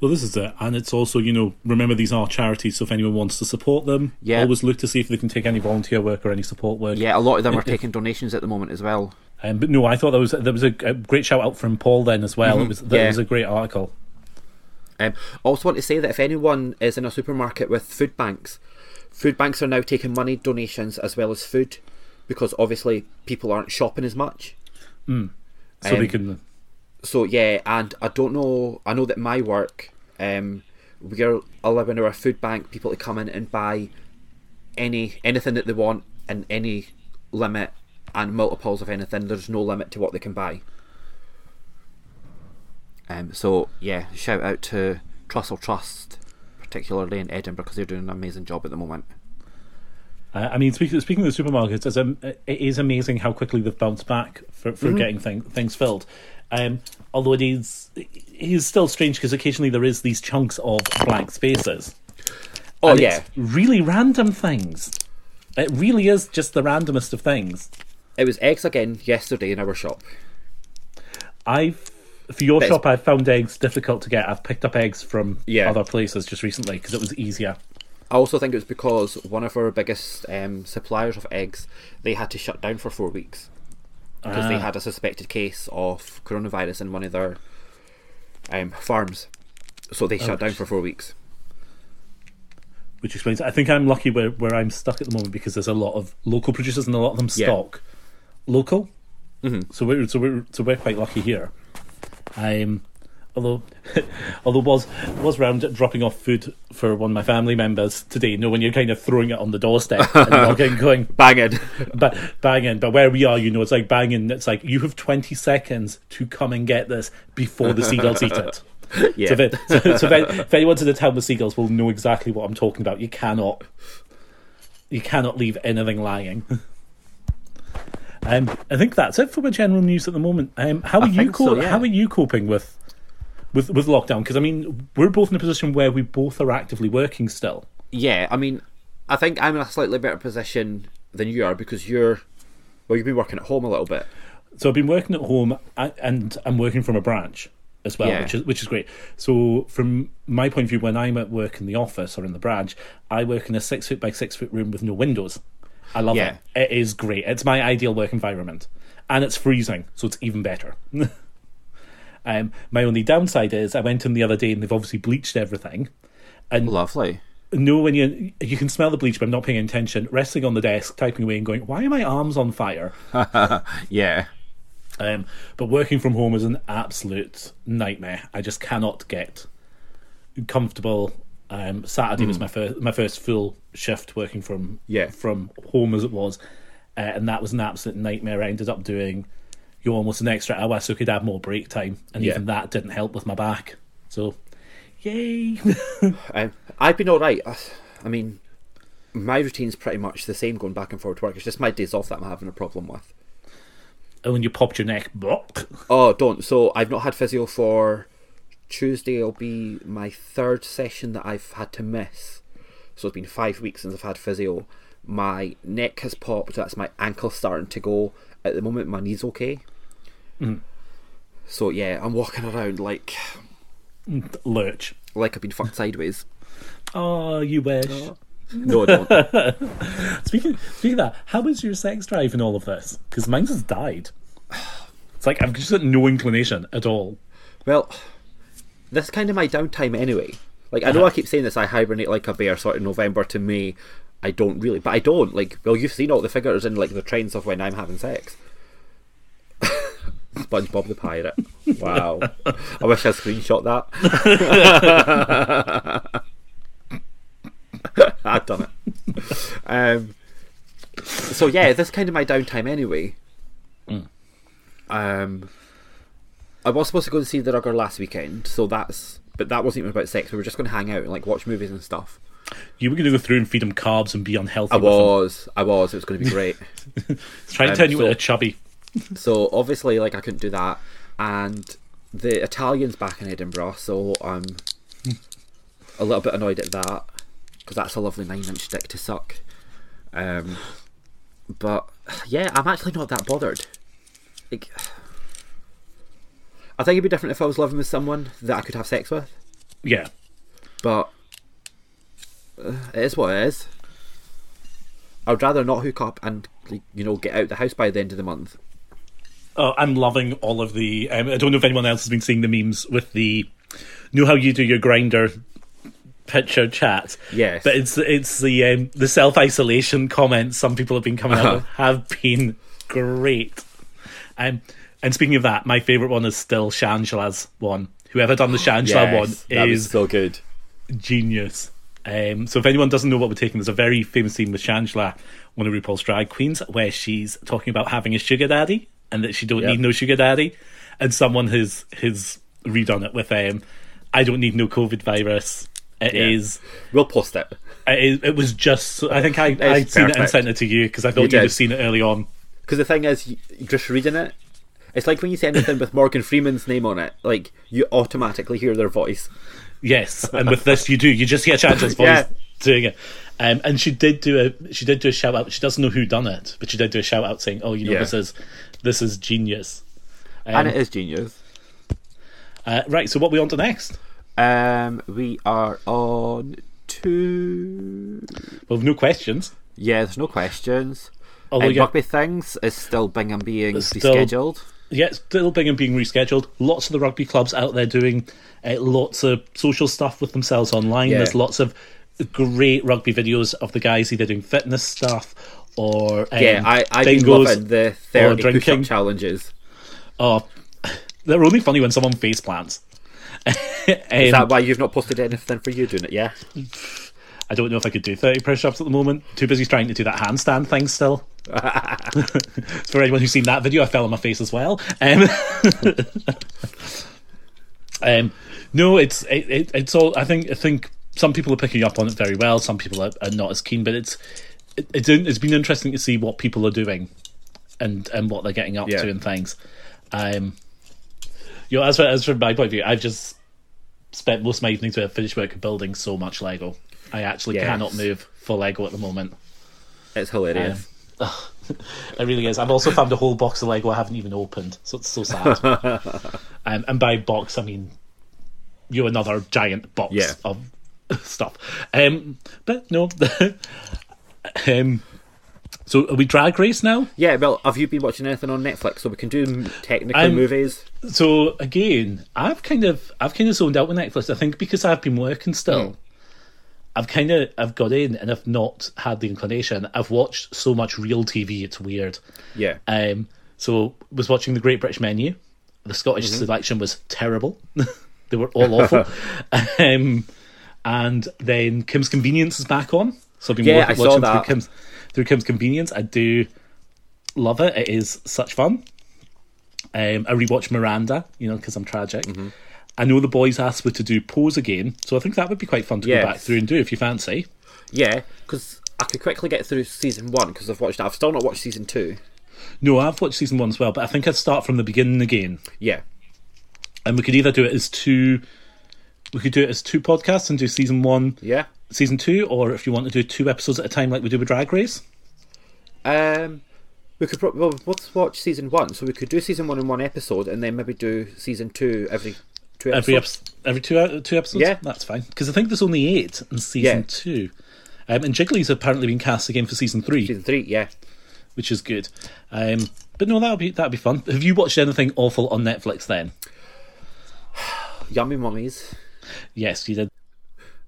[SPEAKER 1] Well, this is it. And it's also, you know, remember these are charities, so if anyone wants to support them,
[SPEAKER 2] Yeah.
[SPEAKER 1] always look to see if they can take any volunteer work or any support work.
[SPEAKER 2] Yeah, a lot of them are taking donations at the moment as well.
[SPEAKER 1] Um, but no, I thought that was that was a, a great shout out from Paul then as well. It was that
[SPEAKER 2] Mm-hmm. yeah.
[SPEAKER 1] was a great article.
[SPEAKER 2] Um, I also want to say that if anyone is in a supermarket with food banks, food banks are now taking money donations as well as food because obviously people aren't shopping as much.
[SPEAKER 1] So they
[SPEAKER 2] Um,
[SPEAKER 1] can
[SPEAKER 2] So yeah, and I don't know. I know that my work, um, we are allowing our food bank people to come in and buy any anything that they want and any limit and multiples of anything. There's no limit to what they can buy. Um, so yeah, shout out to Trussell Trust, particularly in Edinburgh, because they're doing an amazing job at the moment.
[SPEAKER 1] Uh, I mean, speaking speaking of the supermarkets, it's, um, it is amazing how quickly they've bounced back for,
[SPEAKER 2] Mm-hmm.
[SPEAKER 1] for getting thing, things filled. Um, although it is it is still strange because occasionally there is these chunks of blank spaces.
[SPEAKER 2] Oh
[SPEAKER 1] And
[SPEAKER 2] yeah,
[SPEAKER 1] it's really random things. It really is just the randomest of things.
[SPEAKER 2] it was eggs again yesterday in our shop.
[SPEAKER 1] I've for your
[SPEAKER 2] But it's-
[SPEAKER 1] shop, I've found eggs difficult to get. I've picked up eggs from
[SPEAKER 2] Yeah.
[SPEAKER 1] other places just recently because it was easier.
[SPEAKER 2] I also think it was because one of our biggest um, suppliers of eggs they had to shut down for four weeks because they
[SPEAKER 1] Ah.
[SPEAKER 2] had a suspected case of coronavirus in one of their um, farms, so they shut down for four weeks.
[SPEAKER 1] which explains. I think I'm lucky where, where I'm stuck at the moment because there's a lot of local producers and a lot of them
[SPEAKER 2] Yeah. Mm-hmm.
[SPEAKER 1] stock local. So we're so we're so we're quite lucky here. Um, Although, [LAUGHS] although was was round at dropping off food for one of my family members today. You know, when you're kind of throwing it on the doorstep
[SPEAKER 2] [LAUGHS]
[SPEAKER 1] and knocking, going
[SPEAKER 2] Banging.
[SPEAKER 1] but banging. But where we are, you know, it's like banging. It's like you have 20 seconds to come and get this before the seagulls eat it.
[SPEAKER 2] [LAUGHS] Yeah.
[SPEAKER 1] So, if, it, so, so if, any- if anyone's in the town with seagulls, will know exactly what I'm talking about. You cannot, you cannot leave anything
[SPEAKER 2] [LAUGHS]
[SPEAKER 1] lying. Um, I think that's it for my general news at the moment. Um, how are you
[SPEAKER 2] think so,
[SPEAKER 1] co-
[SPEAKER 2] yeah.
[SPEAKER 1] How are you coping with with with lockdown? Because I mean, we're both in a position where we both are actively working still.
[SPEAKER 2] yeah, I mean, I think I'm in a slightly better position than you are because you're, well, you've been working at home a little bit.
[SPEAKER 1] So I've been working at home a- and I'm working from a branch as well,
[SPEAKER 2] Yeah.
[SPEAKER 1] which is which is great. So from my point of view, when I'm at work in the office or in the branch, I work in a six foot by six foot room with no windows. I love
[SPEAKER 2] Yeah.
[SPEAKER 1] it. It is great. It's my ideal work environment, and it's freezing, so it's even better. [LAUGHS] um, my only downside is I went in the other day and they've obviously bleached everything. And
[SPEAKER 2] Lovely.
[SPEAKER 1] know when you you can smell the bleach, but I'm not paying attention. Resting on the desk, typing away, and going, "Why are my arms on fire?"
[SPEAKER 2] Yeah.
[SPEAKER 1] Um, but working from home is an absolute nightmare. I just cannot get comfortable. Um, Saturday was my first my first full shift working from
[SPEAKER 2] Hmm. Yeah.
[SPEAKER 1] from home as it was, uh, and that was an absolute nightmare. I ended up doing you know, almost an extra hour so I could have more break time, and
[SPEAKER 2] Yeah.
[SPEAKER 1] even that didn't help with my back. So, yay! [LAUGHS]
[SPEAKER 2] Um, I've been all right. I, I mean, my routine's pretty much the same going back and forth to work. It's just my days off that I'm having a problem with.
[SPEAKER 1] and when you popped your neck, [LAUGHS] block.
[SPEAKER 2] Oh, don't. So I've not had physio for Tuesday. It'll be my third session that I've had to miss. So it's been five weeks since I've had physio. My neck has popped. That's my ankle starting to go. At the moment, my knee's okay. So yeah, I'm walking around like
[SPEAKER 1] lurch.
[SPEAKER 2] like I've been fucked sideways.
[SPEAKER 1] Oh, you wish.
[SPEAKER 2] No, I don't.
[SPEAKER 1] Speaking, speaking of that, how is your sex drive in all of this? Because mine's has died. It's like I've just got no inclination at all.
[SPEAKER 2] well, that's kind of my downtime anyway. Like I know I keep saying this, I hibernate like a bear, sort of November to May. I don't really, but I don't like. Well, you've seen all the figures in like the trends of when I'm having sex. [LAUGHS] SpongeBob the pirate. Wow. I wish I screenshot that. [LAUGHS] I've done it. Um, so yeah, that's kind of my downtime anyway. Um, I was supposed to go and see The Rugger last weekend, so that's. But that wasn't even about sex. We were just going to hang out and like watch movies and stuff.
[SPEAKER 1] You were going to go through and feed him carbs and be unhealthy.
[SPEAKER 2] I
[SPEAKER 1] with him.
[SPEAKER 2] was, I was. It was going to be [LAUGHS] great.
[SPEAKER 1] Try and
[SPEAKER 2] um,
[SPEAKER 1] turn you
[SPEAKER 2] so-
[SPEAKER 1] into a chubby.
[SPEAKER 2] so obviously, like I couldn't do that. And the Italians back in Edinburgh, so I'm a little bit annoyed at that because that's a lovely nine-inch dick to suck. Um, but yeah, I'm actually not that bothered. Like, I think it'd be different if I was living with someone that I could have sex with.
[SPEAKER 1] Yeah.
[SPEAKER 2] But uh, it is what it is. I'd rather not hook up and like, you know get out the house by the end of the month.
[SPEAKER 1] Oh, I'm loving all of the. Um, I don't know if anyone else has been seeing the memes with the. Know how you do your grinder picture chat?
[SPEAKER 2] Yes.
[SPEAKER 1] But it's it's the um, the self isolation comments some people have been coming out with have been great. Um, and speaking of that, my favourite one is still Shangela's one. Whoever done the Shangela one is
[SPEAKER 2] so good.
[SPEAKER 1] genius. Um, so if anyone doesn't know what we're taking, there's a very famous scene with Shangela, one of RuPaul's drag queens, where she's talking about having a sugar daddy and that she don't
[SPEAKER 2] Yep.
[SPEAKER 1] need no sugar daddy, and someone has has redone it with um, I don't need no COVID virus. It
[SPEAKER 2] Yeah.
[SPEAKER 1] is.
[SPEAKER 2] We'll post it.
[SPEAKER 1] It, it was just. I think I I'd seen it and
[SPEAKER 2] perfect.
[SPEAKER 1] sent it to you because I thought you'd
[SPEAKER 2] did.
[SPEAKER 1] have seen it early on.
[SPEAKER 2] Because the thing is, you, just reading it, it's like when you see anything with Morgan Freeman's name on it, like you automatically hear their voice.
[SPEAKER 1] Yes, and with this you do. You just hear Chandler's voice
[SPEAKER 2] Yeah.
[SPEAKER 1] doing it. Um, and she did do a she did do a shout out. She doesn't know who done it, but she did do a shout out saying, "Oh, you know
[SPEAKER 2] Yeah.
[SPEAKER 1] this is this is genius." Um,
[SPEAKER 2] and it is genius.
[SPEAKER 1] Uh, right. So what we on to next?
[SPEAKER 2] Um, we are on to
[SPEAKER 1] Well, we've no questions.
[SPEAKER 2] yeah. There's no questions.
[SPEAKER 1] Although,
[SPEAKER 2] And
[SPEAKER 1] yeah-
[SPEAKER 2] rugby things is still Bingham being
[SPEAKER 1] Still-
[SPEAKER 2] rescheduled.
[SPEAKER 1] Yeah, it's still Bingham being rescheduled. Lots of the rugby clubs out there doing uh, lots of social stuff with themselves online.
[SPEAKER 2] Yeah.
[SPEAKER 1] There's lots of great rugby videos of the guys either doing fitness stuff or um,
[SPEAKER 2] Yeah, I I've been
[SPEAKER 1] bingos
[SPEAKER 2] loving the
[SPEAKER 1] or
[SPEAKER 2] 30 push-up
[SPEAKER 1] drinking.
[SPEAKER 2] challenges.
[SPEAKER 1] Oh, they're only funny when someone face plants. [LAUGHS] Um,
[SPEAKER 2] Is that why you've not posted anything for you doing it? Yeah.
[SPEAKER 1] I don't know if I could do 30 press ups at the moment. Too busy trying to do that handstand thing still. [LAUGHS] For anyone who's seen that video, I fell on my face as well. Um, [LAUGHS] um, no, it's it, it, it's all. I think I think some people are picking up on it very well. Some people are, are not as keen, but it's it, it's in- it's been interesting to see what people are doing and and what they're getting up
[SPEAKER 2] Yeah.
[SPEAKER 1] to and things. Um, you know, as for, as from my point of view, I've just spent most of my evenings where I finished work building so much Lego. I actually
[SPEAKER 2] Yes.
[SPEAKER 1] cannot move for Lego at the moment.
[SPEAKER 2] It's
[SPEAKER 1] Um,
[SPEAKER 2] hilarious.
[SPEAKER 1] [LAUGHS] It really is. I've also found a whole box of Lego I haven't even opened, so it's so sad. [LAUGHS] um, and by box, I mean you another giant box
[SPEAKER 2] Yeah.
[SPEAKER 1] of [LAUGHS] stuff. Um, but no, [LAUGHS] um, so are we drag race now?
[SPEAKER 2] yeah, well, have you been watching anything on Netflix? So we can do m- technical
[SPEAKER 1] I'm-
[SPEAKER 2] movies.
[SPEAKER 1] So again, I've kind of I've kind of zoned out with Netflix. I think because I've been working still. I've kind of I've got in and I've not had the inclination. I've watched so much real TV; it's weird.
[SPEAKER 2] Yeah.
[SPEAKER 1] Um, so was watching the Great British Menu. The Scottish
[SPEAKER 2] Mm-hmm.
[SPEAKER 1] selection was terrible. [LAUGHS] they were all
[SPEAKER 2] [LAUGHS]
[SPEAKER 1] awful. um, and then Kim's Convenience is back on. So I've been
[SPEAKER 2] Yeah,
[SPEAKER 1] wa-
[SPEAKER 2] I saw
[SPEAKER 1] watching through
[SPEAKER 2] that.
[SPEAKER 1] Kim's through Kim's Convenience. I do love it. It is such fun. Um, I rewatched Miranda, you know, because I'm tragic.
[SPEAKER 2] Mm-hmm.
[SPEAKER 1] I know the boys asked me to do Pose again, so I think that would be quite fun to go back
[SPEAKER 2] Yes.
[SPEAKER 1] through and do if you fancy.
[SPEAKER 2] Yeah, because I could quickly get through season one because I've watched that. I've still not watched season two.
[SPEAKER 1] No, I've watched season one as well, but I think I'd start from the beginning again.
[SPEAKER 2] Yeah.
[SPEAKER 1] and we could either do it as two we could do it as two podcasts and do season one
[SPEAKER 2] Yeah.
[SPEAKER 1] season two or if you want to do two episodes at a time like we do with drag race
[SPEAKER 2] Um, we could probably well, let's watch season one. So we could do season one in one episode, and then maybe do season two every two episodes.
[SPEAKER 1] every episode every two uh, two episodes
[SPEAKER 2] Yeah.
[SPEAKER 1] that's fine because i think there's only eight in season
[SPEAKER 2] Yeah.
[SPEAKER 1] two um, and jiggly's apparently been cast again for season three
[SPEAKER 2] season three. Yeah.
[SPEAKER 1] which is good um, but no that'll be that'll be fun have you watched anything awful on netflix then
[SPEAKER 2] Yummy mummies.
[SPEAKER 1] yes you did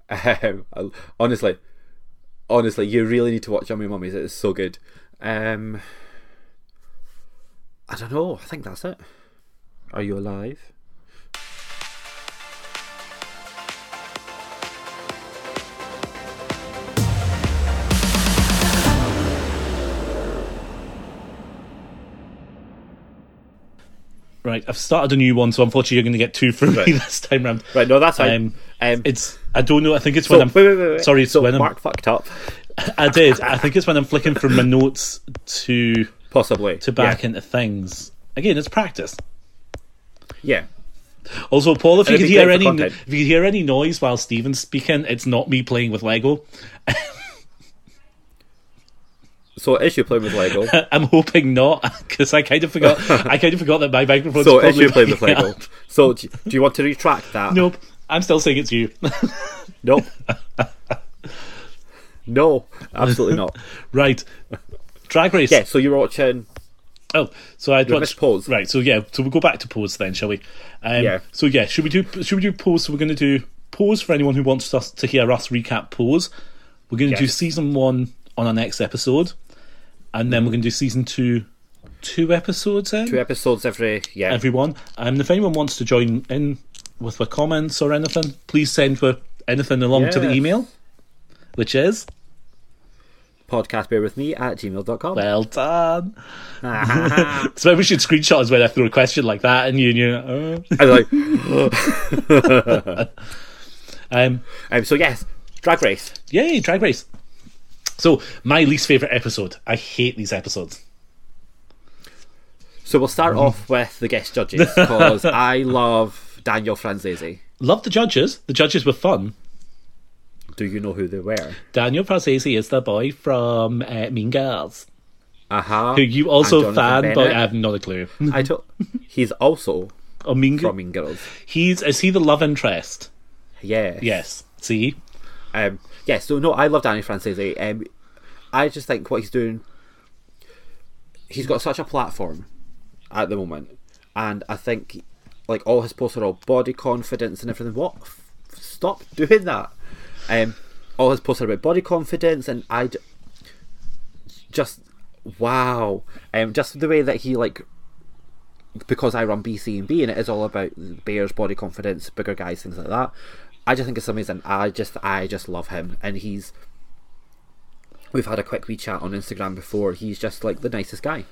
[SPEAKER 2] Um, I- honestly, honestly, you really need to watch Yummy Mummies. It is so good. Um, I don't know. I think that's it. Are you alive?
[SPEAKER 1] right i've started a new one so unfortunately you're going to get two from me [LAUGHS]
[SPEAKER 2] Right.
[SPEAKER 1] this time round
[SPEAKER 2] Right. No, that's fine.
[SPEAKER 1] Um,
[SPEAKER 2] Um,
[SPEAKER 1] it's i don't know i think it's
[SPEAKER 2] so-
[SPEAKER 1] when i'm
[SPEAKER 2] wait, wait, wait, wait.
[SPEAKER 1] sorry it's
[SPEAKER 2] so
[SPEAKER 1] when i'm
[SPEAKER 2] Mark fucked up.
[SPEAKER 1] I did. I think it's when I'm flicking from my notes to
[SPEAKER 2] Possibly.
[SPEAKER 1] to back into things. Again, it's practice.
[SPEAKER 2] Yeah.
[SPEAKER 1] Also, Paul, if you
[SPEAKER 2] It'd
[SPEAKER 1] could
[SPEAKER 2] be
[SPEAKER 1] hear
[SPEAKER 2] great
[SPEAKER 1] any,
[SPEAKER 2] for content.
[SPEAKER 1] if you could hear any noise while Steven's speaking, it's not me playing with Lego. [LAUGHS]
[SPEAKER 2] So it is you playing
[SPEAKER 1] [LAUGHS]
[SPEAKER 2] with Lego.
[SPEAKER 1] I'm hoping not, because I kind of
[SPEAKER 2] [LAUGHS]
[SPEAKER 1] forgot. I kind of forgot that my microphone's
[SPEAKER 2] So it is
[SPEAKER 1] probably [LAUGHS]
[SPEAKER 2] you playing with
[SPEAKER 1] picking
[SPEAKER 2] Lego.
[SPEAKER 1] up.
[SPEAKER 2] So do do you want to retract that?
[SPEAKER 1] Nope, I'm still saying it's you. [LAUGHS]
[SPEAKER 2] Nope. no, absolutely not.
[SPEAKER 1] right, Drag Race.
[SPEAKER 2] Yeah, so you're watching.
[SPEAKER 1] Oh, so I'd watch
[SPEAKER 2] missed pause.
[SPEAKER 1] Right, so yeah, so we'll go back to pause then, shall we? Um,
[SPEAKER 2] Yeah.
[SPEAKER 1] So yeah, should we do should we do pause? So we're going to do pause for anyone who wants us to hear us recap pause. We're going to do
[SPEAKER 2] Yes.
[SPEAKER 1] season one on our next episode, and then we're going to do season two, two episodes in
[SPEAKER 2] Two episodes every. Yeah.
[SPEAKER 1] everyone. And if anyone wants to join in with their comments or anything, please send for anything along to the
[SPEAKER 2] Yes.
[SPEAKER 1] email, which is
[SPEAKER 2] podcast bear with me at gmail.com. [LAUGHS]
[SPEAKER 1] well done. so maybe we should screenshot as when I throw a question like that, and you, you. Uh,
[SPEAKER 2] I'm like,
[SPEAKER 1] Um,
[SPEAKER 2] um, so yes, Drag Race.
[SPEAKER 1] yay, Drag Race. So, my least favourite episode. I hate these episodes.
[SPEAKER 2] So we'll start
[SPEAKER 1] Mm-hmm.
[SPEAKER 2] off with the guest judges
[SPEAKER 1] [LAUGHS]
[SPEAKER 2] because I love Daniel Franzese.
[SPEAKER 1] Love the judges. The judges were fun.
[SPEAKER 2] Do you know who they were?
[SPEAKER 1] Daniel Francesi is the boy from uh, Mean Girls,
[SPEAKER 2] Aha.
[SPEAKER 1] who you also
[SPEAKER 2] And
[SPEAKER 1] fanboy.
[SPEAKER 2] Jonathan
[SPEAKER 1] um,
[SPEAKER 2] Bennett.
[SPEAKER 1] I have not a clue. [LAUGHS]
[SPEAKER 2] I told. He's also
[SPEAKER 1] Oh, mean
[SPEAKER 2] from
[SPEAKER 1] Girls.
[SPEAKER 2] Mean Girls.
[SPEAKER 1] He's is he the love interest?
[SPEAKER 2] Yeah.
[SPEAKER 1] Yes. See,
[SPEAKER 2] Um, yeah, so no, I love Danny Francese. Um, I just think what he's doing, he's got such a platform at the moment, and I think like all his posts are all body confidence and everything. What? F- Stop doing that. Um, all his posts are about body confidence, and I d- just wow, um, just the way that he like because I run BC and B, and it is all about bears, body confidence, bigger guys, things like that. I just think it's amazing. I just, I just love him, and he's. We've had a quick wee chat on Instagram before. He's just like the nicest guy.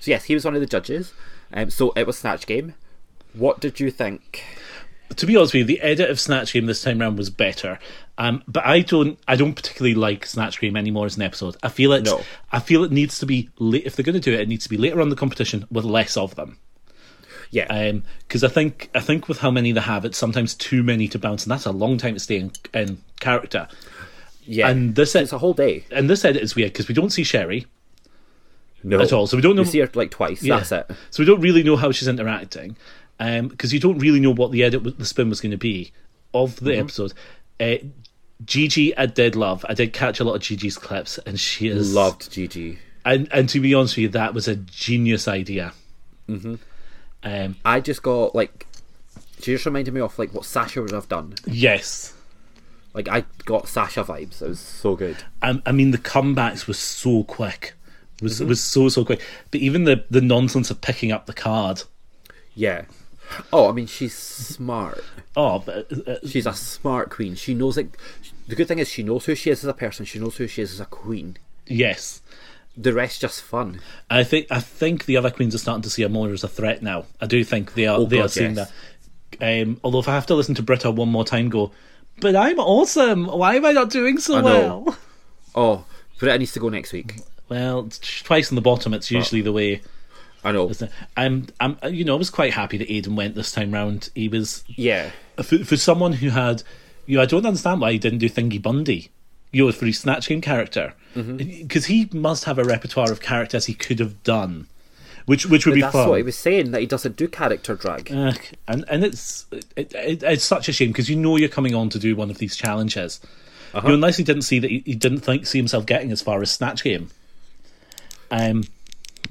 [SPEAKER 2] So yes, he was one of the judges. Um, so it was snatch game. What did you think?
[SPEAKER 1] to be honest with you, the edit of Snatch Game this time around was better. Um, but I don't, I don't particularly like Snatch Game anymore as an episode. I feel it.
[SPEAKER 2] No.
[SPEAKER 1] I feel it needs to be late. If they're going to do it, it needs to be later on in the competition with less of them.
[SPEAKER 2] Yeah,
[SPEAKER 1] Uh, Because Um, I think, I think with how many they have, it's sometimes too many to bounce, and that's a long time to stay in, in character.
[SPEAKER 2] yeah.
[SPEAKER 1] and this- e,
[SPEAKER 2] it's a whole day.
[SPEAKER 1] And this edit is weird because we don't see Sherry
[SPEAKER 2] No,
[SPEAKER 1] at all, so we don't know.
[SPEAKER 2] Oh, You see her like twice. That's it.
[SPEAKER 1] So we don't really know how she's interacting, because you don't really know what the edit, was- the spin was going to be of the
[SPEAKER 2] Mm-hmm.
[SPEAKER 1] episode. Uh, Gigi, I did love. I did catch a lot of Gigi's clips, and she is
[SPEAKER 2] Loved Gigi.
[SPEAKER 1] And and to be honest with you, that was a genius idea. Mm-hmm. Um,
[SPEAKER 2] I just got like. She just reminded me of like what Sasha would have done.
[SPEAKER 1] yes,
[SPEAKER 2] Like I got Sasha vibes. It was so good.
[SPEAKER 1] um, I mean the comebacks were so quick, was
[SPEAKER 2] Mm-hmm.
[SPEAKER 1] was so so quick. But even the the nonsense of picking up the card.
[SPEAKER 2] Yeah. Oh, I mean, she's smart.
[SPEAKER 1] Oh, but uh,
[SPEAKER 2] She's a smart queen. She knows like the good thing is she knows who she is as a person. She knows who she is as a queen.
[SPEAKER 1] yes.
[SPEAKER 2] The rest just fun.
[SPEAKER 1] I think I think the other queens are starting to see her more as a threat now. I do think they are they are
[SPEAKER 2] Oh, God,
[SPEAKER 1] seeing that.
[SPEAKER 2] yes.
[SPEAKER 1] Um, although if I have to listen to Britta one more time, go. But I'm awesome. Why am I not doing so
[SPEAKER 2] know.
[SPEAKER 1] well? [LAUGHS]
[SPEAKER 2] Oh, Britta needs to go next week.
[SPEAKER 1] Well, it's twice in the bottom. It's usually the way.
[SPEAKER 2] I know.
[SPEAKER 1] I'm, I'm, you know, I was quite happy that Aiden went this time round. He was
[SPEAKER 2] Yeah.
[SPEAKER 1] for, for someone who had, you know, I don't understand why he didn't do Thingy Bundy, you know, for his Snatch Game character,
[SPEAKER 2] Mm-hmm.
[SPEAKER 1] because he must have a repertoire of characters he could have done, which which would be
[SPEAKER 2] That's
[SPEAKER 1] fun.
[SPEAKER 2] what he was saying that he doesn't do character drag.
[SPEAKER 1] Ugh, and and it's it, it, it's such a shame because you know you're coming on to do one of these challenges.
[SPEAKER 2] Uh-huh.
[SPEAKER 1] You know, unless he didn't see that he, he didn't think see himself getting as far as snatch game. Um,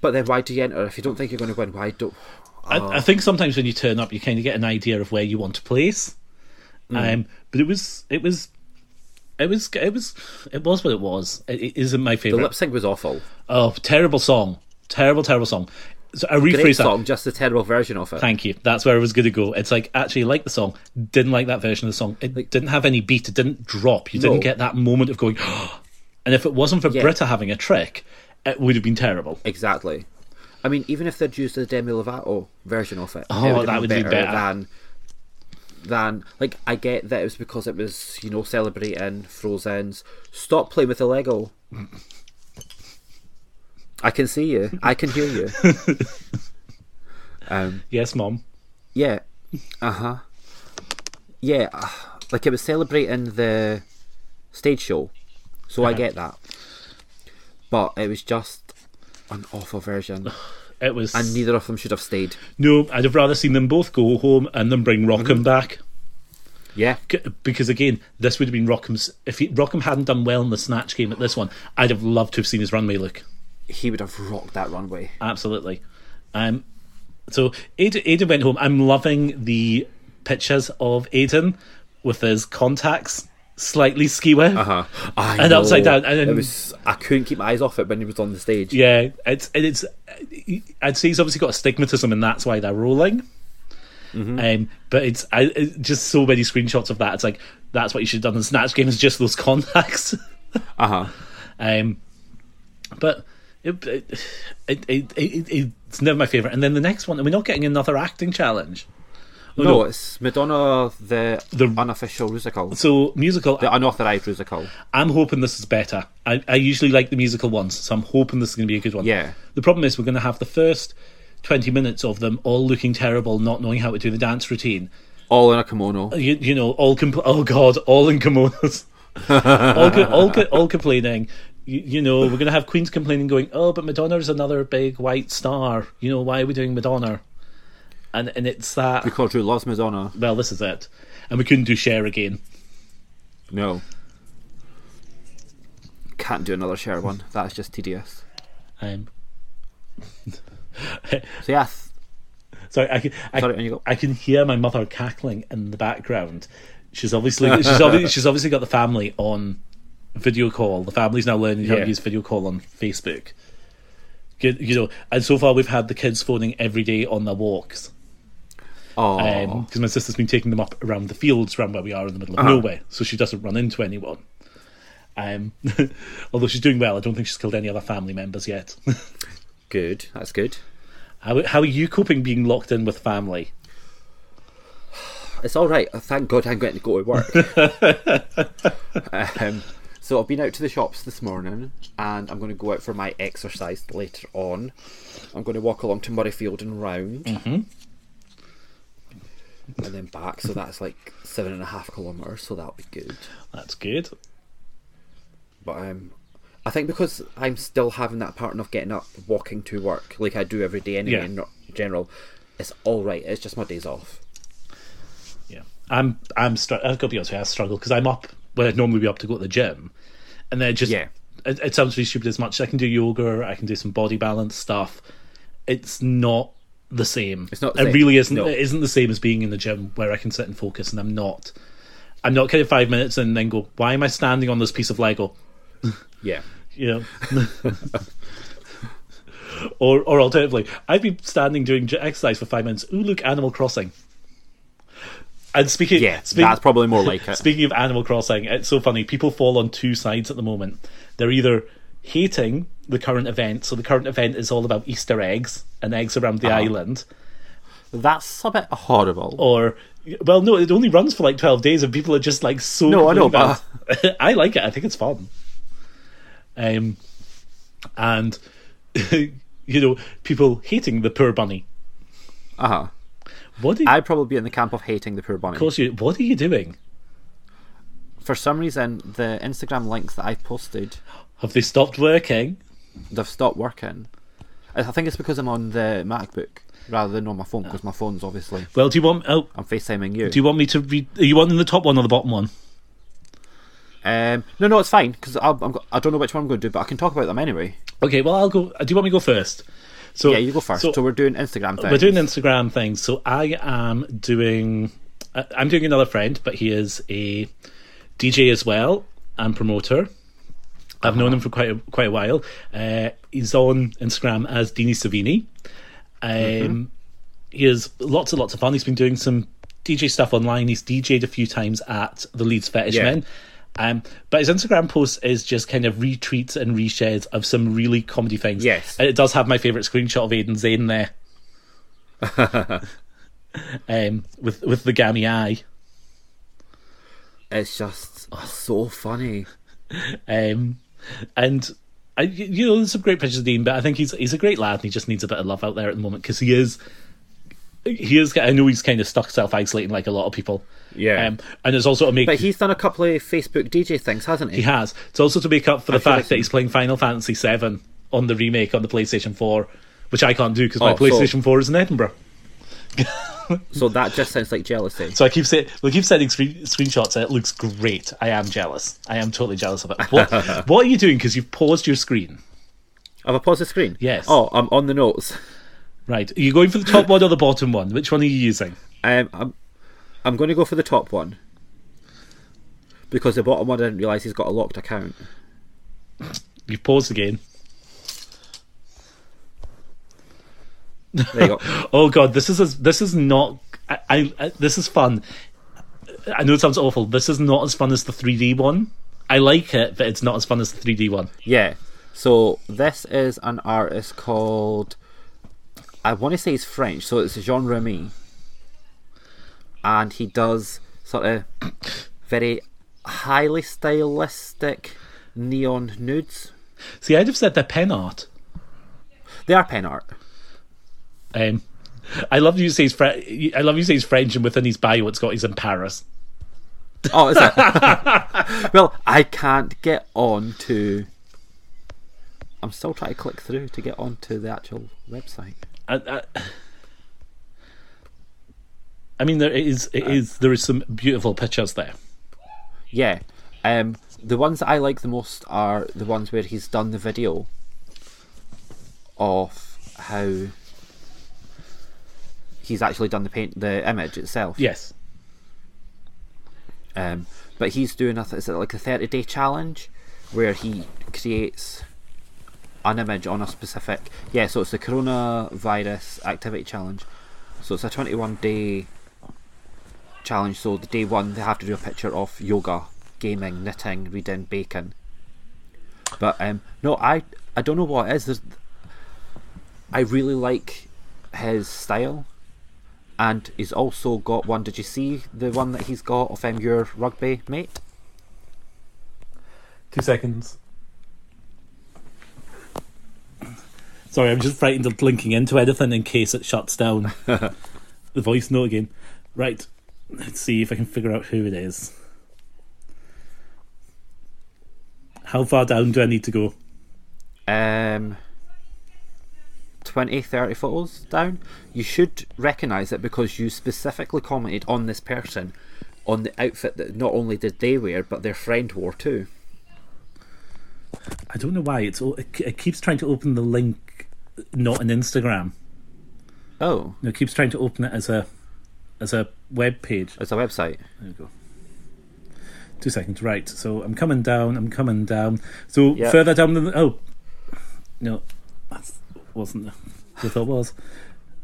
[SPEAKER 2] But then why do you enter if you don't think you're going to win? Why don't? Oh.
[SPEAKER 1] I, I think sometimes when you turn up, you kind of get an idea of where you want to place.
[SPEAKER 2] Hmm.
[SPEAKER 1] Um, but it was it was. It was it was it was what it was. It, it isn't my
[SPEAKER 2] The
[SPEAKER 1] favorite.
[SPEAKER 2] lip sync was awful.
[SPEAKER 1] oh, terrible song, terrible, terrible song. So I rephrase
[SPEAKER 2] Great
[SPEAKER 1] that.
[SPEAKER 2] song, just a terrible version of it.
[SPEAKER 1] Thank you. That's where I was going to go. It's like actually like the song, didn't like that version of the song. It didn't have any beat. It didn't drop. You didn't
[SPEAKER 2] No.
[SPEAKER 1] get that moment of going. [GASPS] and if it wasn't for Britta having a trick, it would have been terrible.
[SPEAKER 2] Exactly. I mean, even if they'd used the Demi Lovato version of it,
[SPEAKER 1] Oh,
[SPEAKER 2] it would've
[SPEAKER 1] that
[SPEAKER 2] been
[SPEAKER 1] would be better.
[SPEAKER 2] than than like I get that it was because it was you know celebrating Frozen's stop playing with the Lego. I can see you. I can hear
[SPEAKER 1] [LAUGHS]
[SPEAKER 2] you. um,
[SPEAKER 1] Yes, mom.
[SPEAKER 2] yeah. Uh huh. Yeah. uh, Like it was celebrating the stage show, so
[SPEAKER 1] Uh-huh.
[SPEAKER 2] I get that. But it was just an awful version
[SPEAKER 1] It was. [SIGHS]
[SPEAKER 2] and neither of them should have stayed.
[SPEAKER 1] no, I'd have rather seen them both go home and then bring Rockham
[SPEAKER 2] Mm-hmm.
[SPEAKER 1] back.
[SPEAKER 2] Yeah,
[SPEAKER 1] C- Because again, this would have been Rockham's. If he, Rockham hadn't done well in the snatch game at this one, I'd have loved to have seen his runway look.
[SPEAKER 2] he would have rocked that runway.
[SPEAKER 1] Absolutely. Um, so Aiden, Aiden went home. I'm loving the pictures of Aiden with his contacts slightly skewer.
[SPEAKER 2] Uh-huh. I
[SPEAKER 1] And upside
[SPEAKER 2] know.
[SPEAKER 1] down, and then-
[SPEAKER 2] it was I couldn't keep my eyes off it when he was on the stage.
[SPEAKER 1] Yeah, it's and it's. I'd say he's obviously got astigmatism, and that's why they're rolling. Um, but it's, I, it's just so many screenshots of that. It's like that's what you should have done in Snatch Game is just those [LAUGHS] contacts.
[SPEAKER 2] Uh huh.
[SPEAKER 1] Um, but it, it, it, it, it, it's never my favorite. And then the next one, and we're not getting another acting challenge. Oh,
[SPEAKER 2] No, it's Madonna the,
[SPEAKER 1] The-
[SPEAKER 2] unofficial musical,
[SPEAKER 1] So musical,
[SPEAKER 2] the unauthorized musical.
[SPEAKER 1] I'm hoping this is better. I, I usually like the musical ones, so I'm hoping this is going to be a good one.
[SPEAKER 2] Yeah.
[SPEAKER 1] The problem is we're going to have the first 20 minutes of them all looking terrible, not knowing how to do the dance routine.
[SPEAKER 2] All in a kimono.
[SPEAKER 1] You, you know, all compl- oh god, all in kimonos, all, co- all, co- all complaining. You, you know, we're going to have queens complaining, going, "Oh, but Madonna is another big white star. You know, why are we doing Madonna?" And and it's that.
[SPEAKER 2] Because Drew loves Madonna.
[SPEAKER 1] Well, this is it, and we couldn't do Cher again.
[SPEAKER 2] No. Can't do another share one. That's just tedious.
[SPEAKER 1] Um,
[SPEAKER 2] So yeah, th-
[SPEAKER 1] Sorry, I can, I,
[SPEAKER 2] Sorry, on you go.
[SPEAKER 1] I can hear my mother cackling in the background. She's obviously she's obviously she's obviously got the family on video call. The family's now learning how
[SPEAKER 2] Yeah.
[SPEAKER 1] to use video call on Facebook. You, you know, and so far we've had the kids phoning every day on their walks
[SPEAKER 2] Oh,
[SPEAKER 1] because my sister's been taking them up around the fields around where we are in the middle of nowhere, so she doesn't run into anyone. Um, [LAUGHS] although she's doing well, I don't think she's killed any other family members yet. [LAUGHS]
[SPEAKER 2] good. That's good.
[SPEAKER 1] how how are you coping being locked in with family?
[SPEAKER 2] It's all right. Oh, Thank God I'm getting to go to
[SPEAKER 1] [LAUGHS]
[SPEAKER 2] work. um, so I've been out to the shops this morning, and I'm going to go out for my exercise later on. I'm going to walk along to Murrayfield and round,
[SPEAKER 1] Mm-hmm.
[SPEAKER 2] and then back. So that's like seven and a half kilometres. So that'll be good.
[SPEAKER 1] That's good.
[SPEAKER 2] But um, I think because I'm still having that pattern of getting up, walking to work, like I do every day anyway.
[SPEAKER 1] Yeah.
[SPEAKER 2] In general, it's all right. It's just my days off.
[SPEAKER 1] Yeah, I'm I'm str- I've got to be honest, with you, I struggle because I'm up when I'd normally be up to go to the gym, and then it just
[SPEAKER 2] Yeah.
[SPEAKER 1] it, it sounds really stupid as much. I can do yoga, I can do some body balance stuff. It's not the same.
[SPEAKER 2] It's not the
[SPEAKER 1] it
[SPEAKER 2] same.
[SPEAKER 1] really isn't.
[SPEAKER 2] No.
[SPEAKER 1] It isn't the same as being in the gym where I can sit and focus, and I'm not. I'm not kind of five minutes and then go, why am I standing on this piece of Lego?
[SPEAKER 2] Yeah.
[SPEAKER 1] you know. or, or alternatively, I've been standing doing j- exercise for five minutes. Ooh, look, Animal Crossing. And speaking,
[SPEAKER 2] Yeah,
[SPEAKER 1] speak-
[SPEAKER 2] that's probably more like it.
[SPEAKER 1] [LAUGHS] Speaking of Animal Crossing, it's so funny. People fall on two sides at the moment. They're either hating the current event, so the current event is all about Easter eggs and eggs around the
[SPEAKER 2] Uh-huh.
[SPEAKER 1] island,
[SPEAKER 2] That's a bit horrible.
[SPEAKER 1] or well, no, it only runs for like twelve days, and people are just like so.
[SPEAKER 2] No, I know,
[SPEAKER 1] completely bad. [LAUGHS] I like it. I think it's fun. Um, and [LAUGHS] you know, people hating the poor bunny.
[SPEAKER 2] Uh huh.
[SPEAKER 1] What do you,
[SPEAKER 2] I'd probably be in the camp of hating the poor bunny.
[SPEAKER 1] of course you? What are you doing?
[SPEAKER 2] For some reason, the Instagram links that I've posted,
[SPEAKER 1] Have they stopped working?
[SPEAKER 2] they've stopped working. I I think it's because I'm on the MacBook rather than on my phone, because my phone's obviously.
[SPEAKER 1] Well, do you want? Oh,
[SPEAKER 2] I'm FaceTiming you.
[SPEAKER 1] do you want me to read? Are you wanting the top one or the bottom one?
[SPEAKER 2] Um, no, no, it's fine, because I'm, go- I don't know which one I'm going to do, but I can talk about them anyway.
[SPEAKER 1] Okay, well, I'll go. uh, Do you want me to go first? So
[SPEAKER 2] Yeah, you go first. So, we're doing Instagram things.
[SPEAKER 1] We're doing Instagram things. So I am doing. I- I'm doing another friend, but he is a DJ as well and promoter. I've known him for quite a, quite a while. Uh, he's on Instagram as Dini Savini. Um,
[SPEAKER 2] Mm-hmm.
[SPEAKER 1] He has lots and lots of fun. He's been doing some DJ stuff online. He's DJed a few times at the Leeds Fetish
[SPEAKER 2] Yeah.
[SPEAKER 1] Men. Um, but his Instagram post is just kind of retweets and reshares of some really comedy things.
[SPEAKER 2] Yes.
[SPEAKER 1] And it does have my favourite screenshot of Aidan Zane
[SPEAKER 2] [LAUGHS]
[SPEAKER 1] there. um, with with the gammy eye.
[SPEAKER 2] It's just oh, so funny.
[SPEAKER 1] Um, and I, you you know, there's some great pictures of Dean, but I think he's he's a great lad and he just needs a bit of love out there at the moment because he is. He is. I know he's kind of stuck self isolating like a lot of people.
[SPEAKER 2] Yeah.
[SPEAKER 1] Um, and it's also to make
[SPEAKER 2] But he's done a couple of Facebook DJ things, hasn't
[SPEAKER 1] he
[SPEAKER 2] he?
[SPEAKER 1] has. It's also to make up for the
[SPEAKER 2] feel
[SPEAKER 1] fact
[SPEAKER 2] like
[SPEAKER 1] that
[SPEAKER 2] he-
[SPEAKER 1] he's playing Final Fantasy VII on the remake on the PlayStation Four, which I can't do because my
[SPEAKER 2] Oh, so-
[SPEAKER 1] PlayStation Four is in Edinburgh.
[SPEAKER 2] So that just sounds like jealousy.
[SPEAKER 1] So I keep saying, we keep sending screen- screenshots. And it looks great. I am jealous. I am totally jealous of it. What, what are you doing? Because you've paused your screen.
[SPEAKER 2] Have I paused the screen?
[SPEAKER 1] Yes.
[SPEAKER 2] Oh, I'm on the notes.
[SPEAKER 1] Right. Are you going for the top one or the bottom one? Which one are you using?
[SPEAKER 2] Um, I'm, I'm going to go for the top one because the bottom one I didn't realise he's got a locked account.
[SPEAKER 1] You've paused again.
[SPEAKER 2] There you go.
[SPEAKER 1] [LAUGHS] Oh god, this is this is not. I, I, I this is fun. I know it sounds awful. This is not as fun as the 3D one. I like it, but it's not as fun as the 3D one.
[SPEAKER 2] yeah. So this is an artist called. I want to say he's French, so it's Jean Remy, and he does sort of [COUGHS] very highly stylistic neon nudes.
[SPEAKER 1] See, I'd have said they're pen art.
[SPEAKER 2] They are pen art.
[SPEAKER 1] Um, I love you say he's Fre- I love you say he's French, and within his bio, it's got he's in Paris.
[SPEAKER 2] Oh, is it? well, I can't get on to. I'm still trying to click through to get onto the actual website.
[SPEAKER 1] I, I, I mean, there is it is there is some beautiful pictures there.
[SPEAKER 2] Yeah, um, the ones that I like the most are the ones where he's done the video of how he's actually done the paint, the image itself.
[SPEAKER 1] Yes.
[SPEAKER 2] Um, but he's doing a th- is it like a thirty day challenge where he creates an image on a specific. Yeah, so it's the coronavirus activity challenge. So it's a 21 day challenge. So the day one, they have to do a picture of yoga, gaming, knitting, reading, baking. But um, no, I I don't know what it is. There's, I really like his style, and he's also got one. Did you see the one that he's got of um, your rugby mate?
[SPEAKER 1] Two seconds. Sorry, I'm just frightened of linking into anything in case it shuts [LAUGHS] down the voice note again. Right, let's see if I can figure out who it is. How far down do I need to go?
[SPEAKER 2] um, 20, 30 photos down, you should recognise it because you specifically commented on this person on the outfit that not only did they wear, but their friend wore too.
[SPEAKER 1] I don't know why it's o- it, it keeps trying to open the link, not an Instagram.
[SPEAKER 2] Oh,
[SPEAKER 1] No, it keeps trying to open it as a as a web page.
[SPEAKER 2] it's a website.
[SPEAKER 1] There we go. Two seconds. Right. So I'm coming down. I'm coming down. So
[SPEAKER 2] Yeah.
[SPEAKER 1] further down than oh no, that wasn't the I thought it was.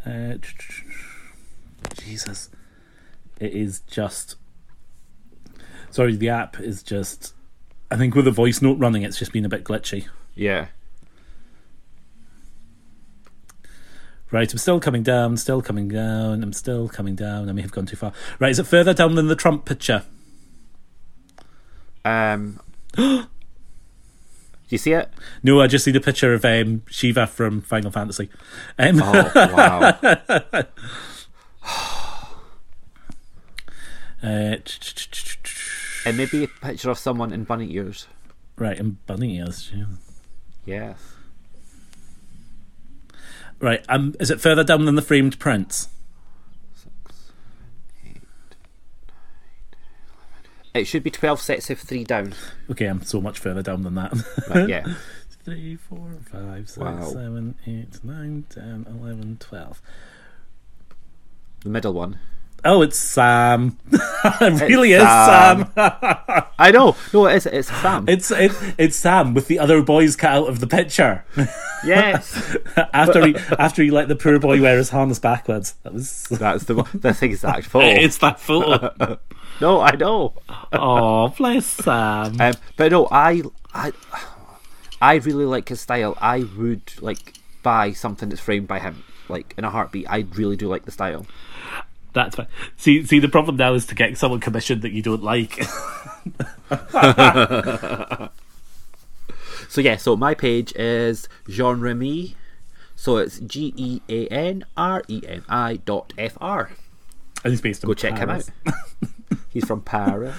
[SPEAKER 1] Uh, tch, tch, tch. Jesus, it is just. Sorry, the app is just. I think with the voice note running, it's just been a bit glitchy.
[SPEAKER 2] Yeah.
[SPEAKER 1] Right, I'm still coming down, still coming down, I'm still coming down. I may have gone too far. Right, is it further down than the Trump picture?
[SPEAKER 2] Um, [GASPS] do you see it?
[SPEAKER 1] No, I just see the picture of um, Shiva from Final Fantasy. Um,
[SPEAKER 2] Oh, wow.
[SPEAKER 1] uh, ch- ch- ch- ch- ch-
[SPEAKER 2] and maybe a picture of someone in bunny ears.
[SPEAKER 1] right, and bunny ears. yeah.
[SPEAKER 2] Yes.
[SPEAKER 1] Right, um, is it further down than the framed prints?
[SPEAKER 2] It should be 12 sets of three down.
[SPEAKER 1] Okay, I'm so much further down than that. [LAUGHS]
[SPEAKER 2] Right, yeah.
[SPEAKER 1] Three, four, five, six,
[SPEAKER 2] Wow.
[SPEAKER 1] seven, eight, nine, ten, eleven, twelve.
[SPEAKER 2] The middle one.
[SPEAKER 1] Oh, it's Sam. [LAUGHS] it really is
[SPEAKER 2] Sam.
[SPEAKER 1] Sam. [LAUGHS]
[SPEAKER 2] I know. No, it is. It's Sam.
[SPEAKER 1] It's it, it's Sam with the other boys cut out of the picture
[SPEAKER 2] [LAUGHS]
[SPEAKER 1] [LAUGHS]
[SPEAKER 2] yes.
[SPEAKER 1] after he after he let the poor boy wear his harness backwards. That was
[SPEAKER 2] That's the one. That's
[SPEAKER 1] [LAUGHS]
[SPEAKER 2] the exact photo.
[SPEAKER 1] it's that photo.
[SPEAKER 2] No, I know.
[SPEAKER 1] oh, bless Sam.
[SPEAKER 2] Um, but no, I, I, I really like his style. I would like buy something that's framed by him, like in a heartbeat. I really do like the style.
[SPEAKER 1] That's fine. See, see, the problem now is to get someone commissioned that you don't like. [LAUGHS]
[SPEAKER 2] So yeah, so my page is Jean Remy. So it's G E A N R E N I dot F R.
[SPEAKER 1] And he's based on
[SPEAKER 2] Go check
[SPEAKER 1] Paris.
[SPEAKER 2] him out. [LAUGHS] He's
[SPEAKER 1] [LAUGHS]
[SPEAKER 2] from Paris.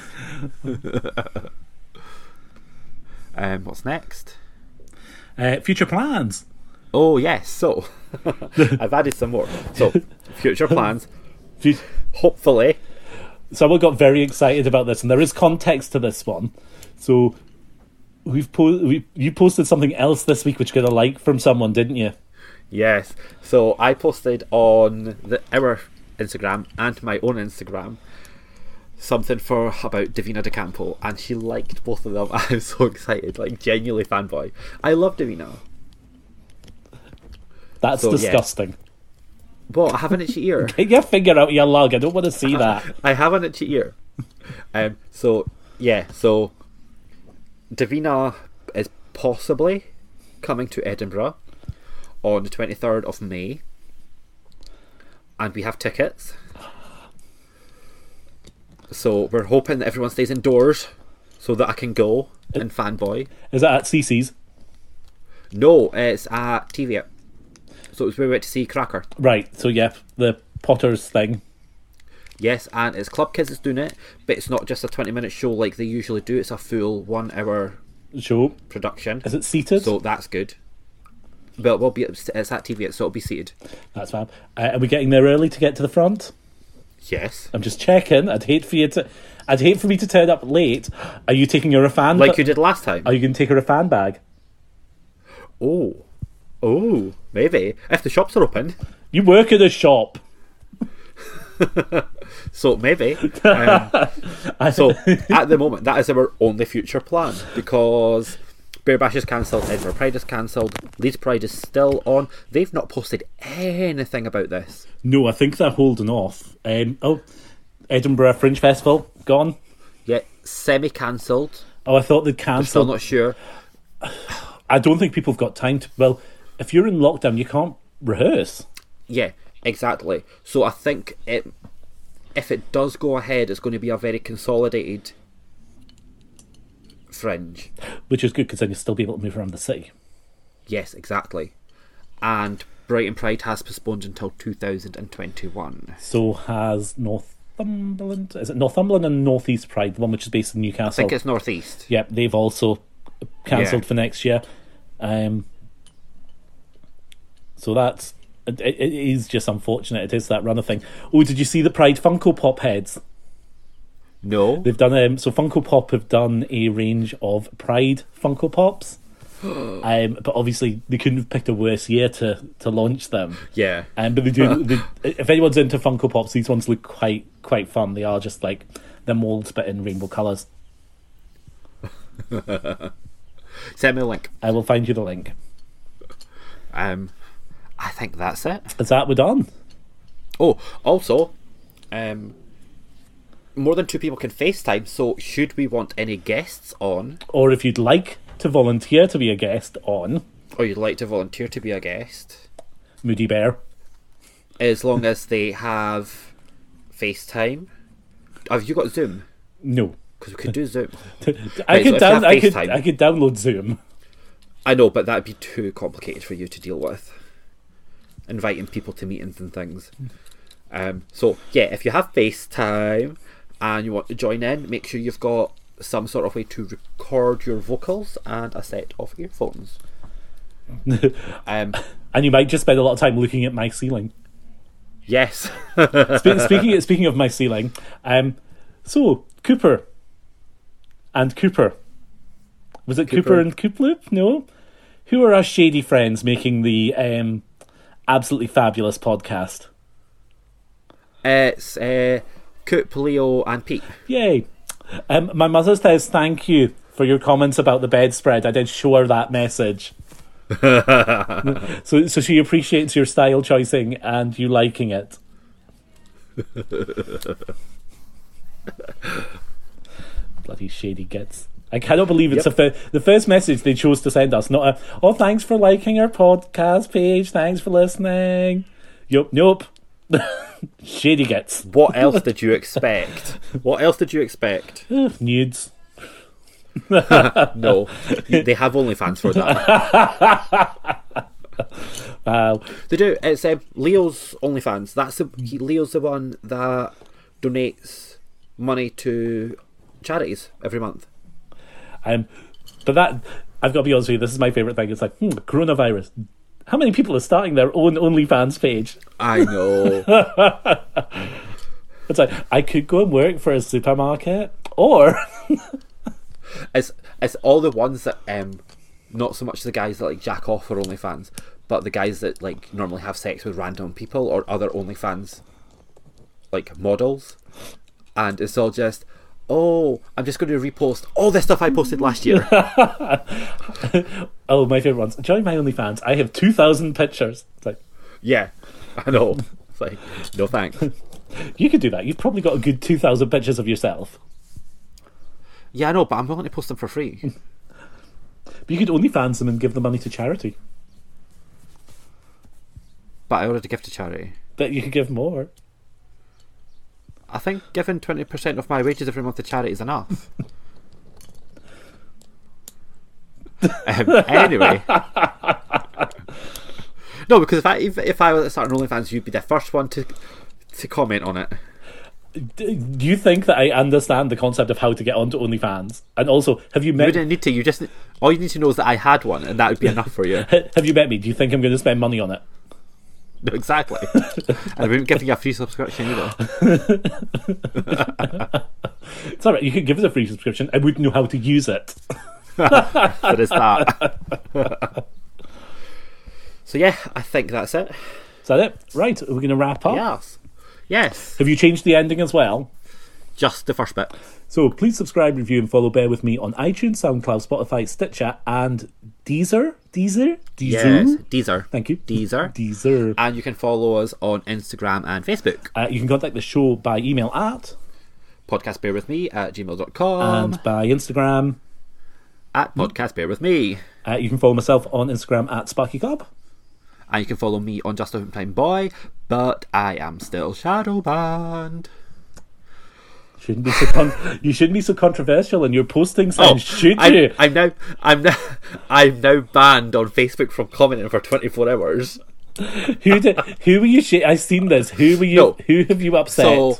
[SPEAKER 2] um, what's next?
[SPEAKER 1] Uh, future plans.
[SPEAKER 2] Oh yes, so [LAUGHS] I've added some more. So future plans.
[SPEAKER 1] Fut-
[SPEAKER 2] Hopefully,
[SPEAKER 1] someone got very excited about this, and there is context to this one. So we've po- we, you posted something else this week which you got a like from someone, didn't you?
[SPEAKER 2] Yes. So I posted on the our Instagram and my own Instagram something for about Davina De Campo, and she liked both of them. [LAUGHS] I'm so excited, like genuinely fanboy. I love Davina.
[SPEAKER 1] That's
[SPEAKER 2] So, yeah.
[SPEAKER 1] disgusting.
[SPEAKER 2] But I have an itchy ear.
[SPEAKER 1] Get your finger out of your lug. I don't want to see
[SPEAKER 2] [LAUGHS]
[SPEAKER 1] that.
[SPEAKER 2] I have an itchy ear. Um. So yeah. So Davina is possibly coming to Edinburgh on the 23rd of May, and we have tickets. So we're hoping that everyone stays indoors so that I can go and fanboy.
[SPEAKER 1] Is that at CC's?
[SPEAKER 2] No, it's at TV. So it was where we went to see Cracker.
[SPEAKER 1] Right. So yeah, the Potter's thing.
[SPEAKER 2] Yes, and it's Club Kids that's doing it, but it's not just a 20 minute show like they usually do, it's a full one hour
[SPEAKER 1] Show
[SPEAKER 2] production.
[SPEAKER 1] is it seated?
[SPEAKER 2] So that's good. But we'll be it's at TV, so it'll be seated.
[SPEAKER 1] That's fab. Uh, are we getting there early to get to the front?
[SPEAKER 2] Yes.
[SPEAKER 1] I'm just checking. I'd hate for you to. I'd hate for me to turn up late. Are you taking your fan?
[SPEAKER 2] Like you did last time.
[SPEAKER 1] Are you going to take her a fan bag?
[SPEAKER 2] Oh. Oh, maybe. If the shops are open.
[SPEAKER 1] You work at a shop. [LAUGHS]
[SPEAKER 2] So maybe. Um, so at the moment, that is our only future plan because Bear Bash is cancelled. Edinburgh Pride is cancelled. Leeds Pride is still on. They've not posted anything about this.
[SPEAKER 1] No, I think they're holding off. Um, oh, Edinburgh Fringe Festival gone.
[SPEAKER 2] Yet semi cancelled.
[SPEAKER 1] Oh, I thought they'd
[SPEAKER 2] Still
[SPEAKER 1] cancelled.
[SPEAKER 2] not sure.
[SPEAKER 1] I don't think people have got time to. Well, if you're in lockdown, you can't rehearse.
[SPEAKER 2] Yeah, exactly. So I think it, if it does go ahead, it's going to be a very consolidated fringe.
[SPEAKER 1] which is good because then you'll still be able to move around the city.
[SPEAKER 2] Yes, exactly. And Brighton Pride has postponed until 2021.
[SPEAKER 1] So has Northumberland. Is it Northumberland and Northeast Pride, the one which is based in
[SPEAKER 2] I
[SPEAKER 1] Newcastle?
[SPEAKER 2] think it's northeast.
[SPEAKER 1] Yep, they've also cancelled
[SPEAKER 2] Yeah.
[SPEAKER 1] for next year. Um, so that's it, it it is just unfortunate. It is that runner thing. Oh, did you see the Pride Funko Pop heads?
[SPEAKER 2] No.
[SPEAKER 1] They've done um, so. Funko Pop have done a range of Pride Funko Pops, um, but obviously they couldn't have picked a worse year to to launch them.
[SPEAKER 2] Yeah.
[SPEAKER 1] Um, but they do. they, if anyone's into Funko Pops, these ones look quite quite fun. They are just like they're molds but in rainbow colours.
[SPEAKER 2] Send me a link.
[SPEAKER 1] I will find you the link.
[SPEAKER 2] Um, I think that's it.
[SPEAKER 1] Is that we're done?
[SPEAKER 2] Oh, also, um, more than two people can FaceTime, so should we want any guests on,
[SPEAKER 1] Or if you'd like to volunteer to be a guest on
[SPEAKER 2] or you'd like to volunteer to be a guest,
[SPEAKER 1] Moody Bear,
[SPEAKER 2] as long as they have FaceTime. Have you got Zoom?
[SPEAKER 1] no.
[SPEAKER 2] Because we could do Zoom.
[SPEAKER 1] I
[SPEAKER 2] Right, so
[SPEAKER 1] could
[SPEAKER 2] if
[SPEAKER 1] down,
[SPEAKER 2] you have
[SPEAKER 1] I could
[SPEAKER 2] FaceTime.
[SPEAKER 1] I could download Zoom.
[SPEAKER 2] I know, but that'd be too complicated for you to deal with. Inviting people to meetings and things. Um, so yeah, if you have FaceTime and you want to join in, make sure you've got some sort of way to record your vocals and a set of earphones. um,
[SPEAKER 1] And you might just spend a lot of time looking at my ceiling.
[SPEAKER 2] yes. [LAUGHS]
[SPEAKER 1] Spe- speaking speaking of my ceiling, um, so Cooper and Cooper, was it Cooper,
[SPEAKER 2] Cooper.
[SPEAKER 1] and Cooploop? No, who are our shady friends making the um, absolutely fabulous podcast?
[SPEAKER 2] it's uh, Coop, Leo, and Pete.
[SPEAKER 1] Yay! Um, my mother says thank you for your comments about the bedspread. I did show her that message. so, so she appreciates your style choosing and you liking it. Bloody shady gits. I cannot believe it's
[SPEAKER 2] Yep.
[SPEAKER 1] the, fir- the first message they chose to send us. Not a, oh, thanks for liking our podcast page. Thanks for listening. Yup, nope. [LAUGHS] shady gits.
[SPEAKER 2] What else did you expect? What else did you expect?
[SPEAKER 1] Ugh, nudes.
[SPEAKER 2] [LAUGHS] No, You- they have OnlyFans for that.
[SPEAKER 1] Wow.
[SPEAKER 2] They do. It's um, Leo's OnlyFans. That's the he, Leo's the one that donates money to charities every month.
[SPEAKER 1] Um, but that I've got to be honest with you. This is my favorite thing. It's like hmm, coronavirus. How many people are starting their own OnlyFans page?
[SPEAKER 2] I know.
[SPEAKER 1] It's like I could go and work for a supermarket, or [LAUGHS]
[SPEAKER 2] it's it's all the ones that um, not so much the guys that like jack off for OnlyFans, but the guys that like normally have sex with random people or other OnlyFans, like models, and it's all just. Oh, I'm just going to repost all the stuff I posted last year.
[SPEAKER 1] oh, my favorite ones. Join my OnlyFans. I have two thousand pictures. It's like
[SPEAKER 2] yeah, I know. It's like, no thanks.
[SPEAKER 1] you could do that. You've probably got a good two thousand pictures of yourself.
[SPEAKER 2] Yeah, I know, but I'm willing to post them for free.
[SPEAKER 1] But you could OnlyFans them and give the money to charity.
[SPEAKER 2] but I already give to charity.
[SPEAKER 1] But you could give more.
[SPEAKER 2] I think giving twenty percent of my wages every month to charity is enough. um, anyway, no, because if I if, if I was to start an OnlyFans, you'd be the first one to to comment on it.
[SPEAKER 1] D- Do you think that I understand the concept of how to get onto OnlyFans? And also, have you
[SPEAKER 2] You
[SPEAKER 1] met?
[SPEAKER 2] didn't need to. You just all you need to know is that I had one, and that would be enough for you.
[SPEAKER 1] Have you met me? Do you think I'm going to spend money on it?
[SPEAKER 2] No, exactly. and I wouldn't give you a free subscription either.
[SPEAKER 1] It's all right. You could give us a free subscription. I wouldn't know how to use it.
[SPEAKER 2] There is that. [LAUGHS] so yeah, I think that's it.
[SPEAKER 1] Is that it? Right. We're going to wrap up.
[SPEAKER 2] Yes. Yes.
[SPEAKER 1] Have you changed the ending as well?
[SPEAKER 2] Just the first bit.
[SPEAKER 1] So please subscribe, review, and follow Bear With Me on iTunes, SoundCloud, Spotify, Stitcher, and Deezer. Deezer? Deezer?
[SPEAKER 2] Yes, Deezer.
[SPEAKER 1] Thank you.
[SPEAKER 2] Deezer.
[SPEAKER 1] Deezer.
[SPEAKER 2] And you can follow us on Instagram and Facebook.
[SPEAKER 1] Uh, you can contact the show by email at
[SPEAKER 2] Podcast Bear With Me at gmail.com.
[SPEAKER 1] and by Instagram.
[SPEAKER 2] at Podcast Bear With Me.
[SPEAKER 1] Uh, you can follow myself on Instagram at Sparky Cobb.
[SPEAKER 2] And you can follow me on Just a Time Boy, but I am still shadow banned.
[SPEAKER 1] Shouldn't be so con- [LAUGHS] you shouldn't be so controversial in your posting, Sam, should
[SPEAKER 2] Oh, I'm,
[SPEAKER 1] you?
[SPEAKER 2] I'm now I'm now [LAUGHS] I'm now banned on Facebook from commenting for 24 hours.
[SPEAKER 1] who did, who were you? Sh- I've seen this. Who were you?
[SPEAKER 2] No.
[SPEAKER 1] Who have you upset?
[SPEAKER 2] So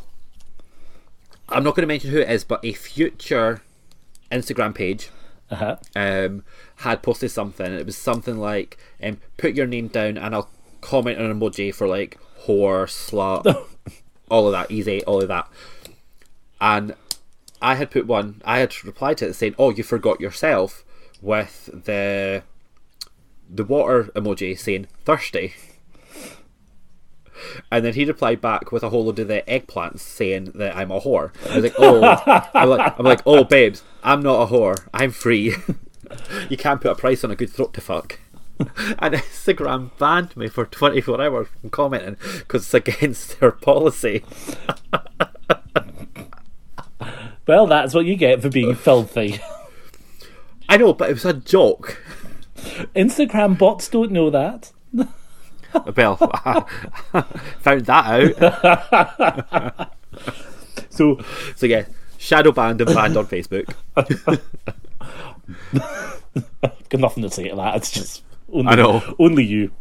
[SPEAKER 2] I'm not going to mention who it is, but a future Instagram page
[SPEAKER 1] uh-huh.
[SPEAKER 2] um, had posted something. and It was something like, um, "Put your name down, and I'll comment on an emoji for like whore, slut, all of that, easy, all of that." And I had put one. I had replied to it saying, "Oh, you forgot yourself," with the the water emoji saying "thirsty." And then he replied back with a whole load of the eggplants saying that I'm a whore. I was like, oh, I'm like, I'm like, oh, babes, I'm not a whore. I'm free. [LAUGHS] you can't put a price on a good throat to [LAUGHS] fuck. And Instagram banned me for 24 hours from commenting because it's against their policy.
[SPEAKER 1] Well, that's what you get for being [LAUGHS] filthy.
[SPEAKER 2] I know, but it was a joke.
[SPEAKER 1] Instagram bots don't know that.
[SPEAKER 2] Well, [LAUGHS] found that out.
[SPEAKER 1] So
[SPEAKER 2] [LAUGHS] So yeah, shadow banned and banned on Facebook.
[SPEAKER 1] I've got nothing to say to that. It's just only,
[SPEAKER 2] I know.
[SPEAKER 1] only you.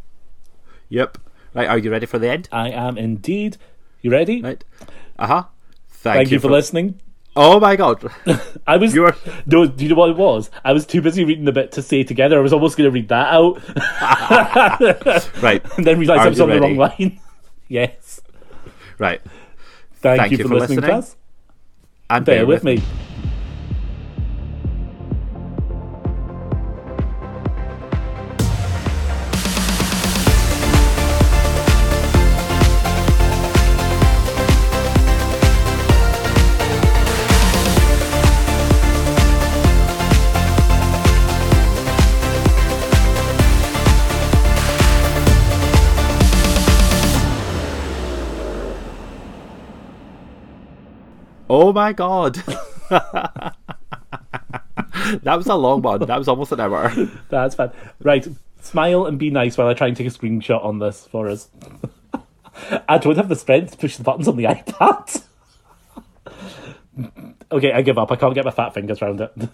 [SPEAKER 2] Yep. Right, are you ready for the end?
[SPEAKER 1] I am indeed. You ready?
[SPEAKER 2] Right. Uh huh. Thank,
[SPEAKER 1] Thank you for listening.
[SPEAKER 2] Oh my god.
[SPEAKER 1] I was
[SPEAKER 2] You are-
[SPEAKER 1] no. Do you know what it was? I was too busy reading the bit to say together. I was almost going to read that out, [LAUGHS]
[SPEAKER 2] Right.
[SPEAKER 1] and then realised
[SPEAKER 2] Are
[SPEAKER 1] I was
[SPEAKER 2] you
[SPEAKER 1] on the wrong
[SPEAKER 2] ready?
[SPEAKER 1] line. [LAUGHS] yes.
[SPEAKER 2] Right.
[SPEAKER 1] Thank, you, for, listening, to us.
[SPEAKER 2] And
[SPEAKER 1] Bear with me.
[SPEAKER 2] Oh my god. [LAUGHS] that was a long one. That was almost an hour.
[SPEAKER 1] [LAUGHS] That's fine. Right. Smile and be nice while I try and take a screenshot on this for us. [LAUGHS] I don't have the strength to push the buttons on the [LAUGHS] iPad. okay, I give up. I can't get my fat fingers around it. [LAUGHS]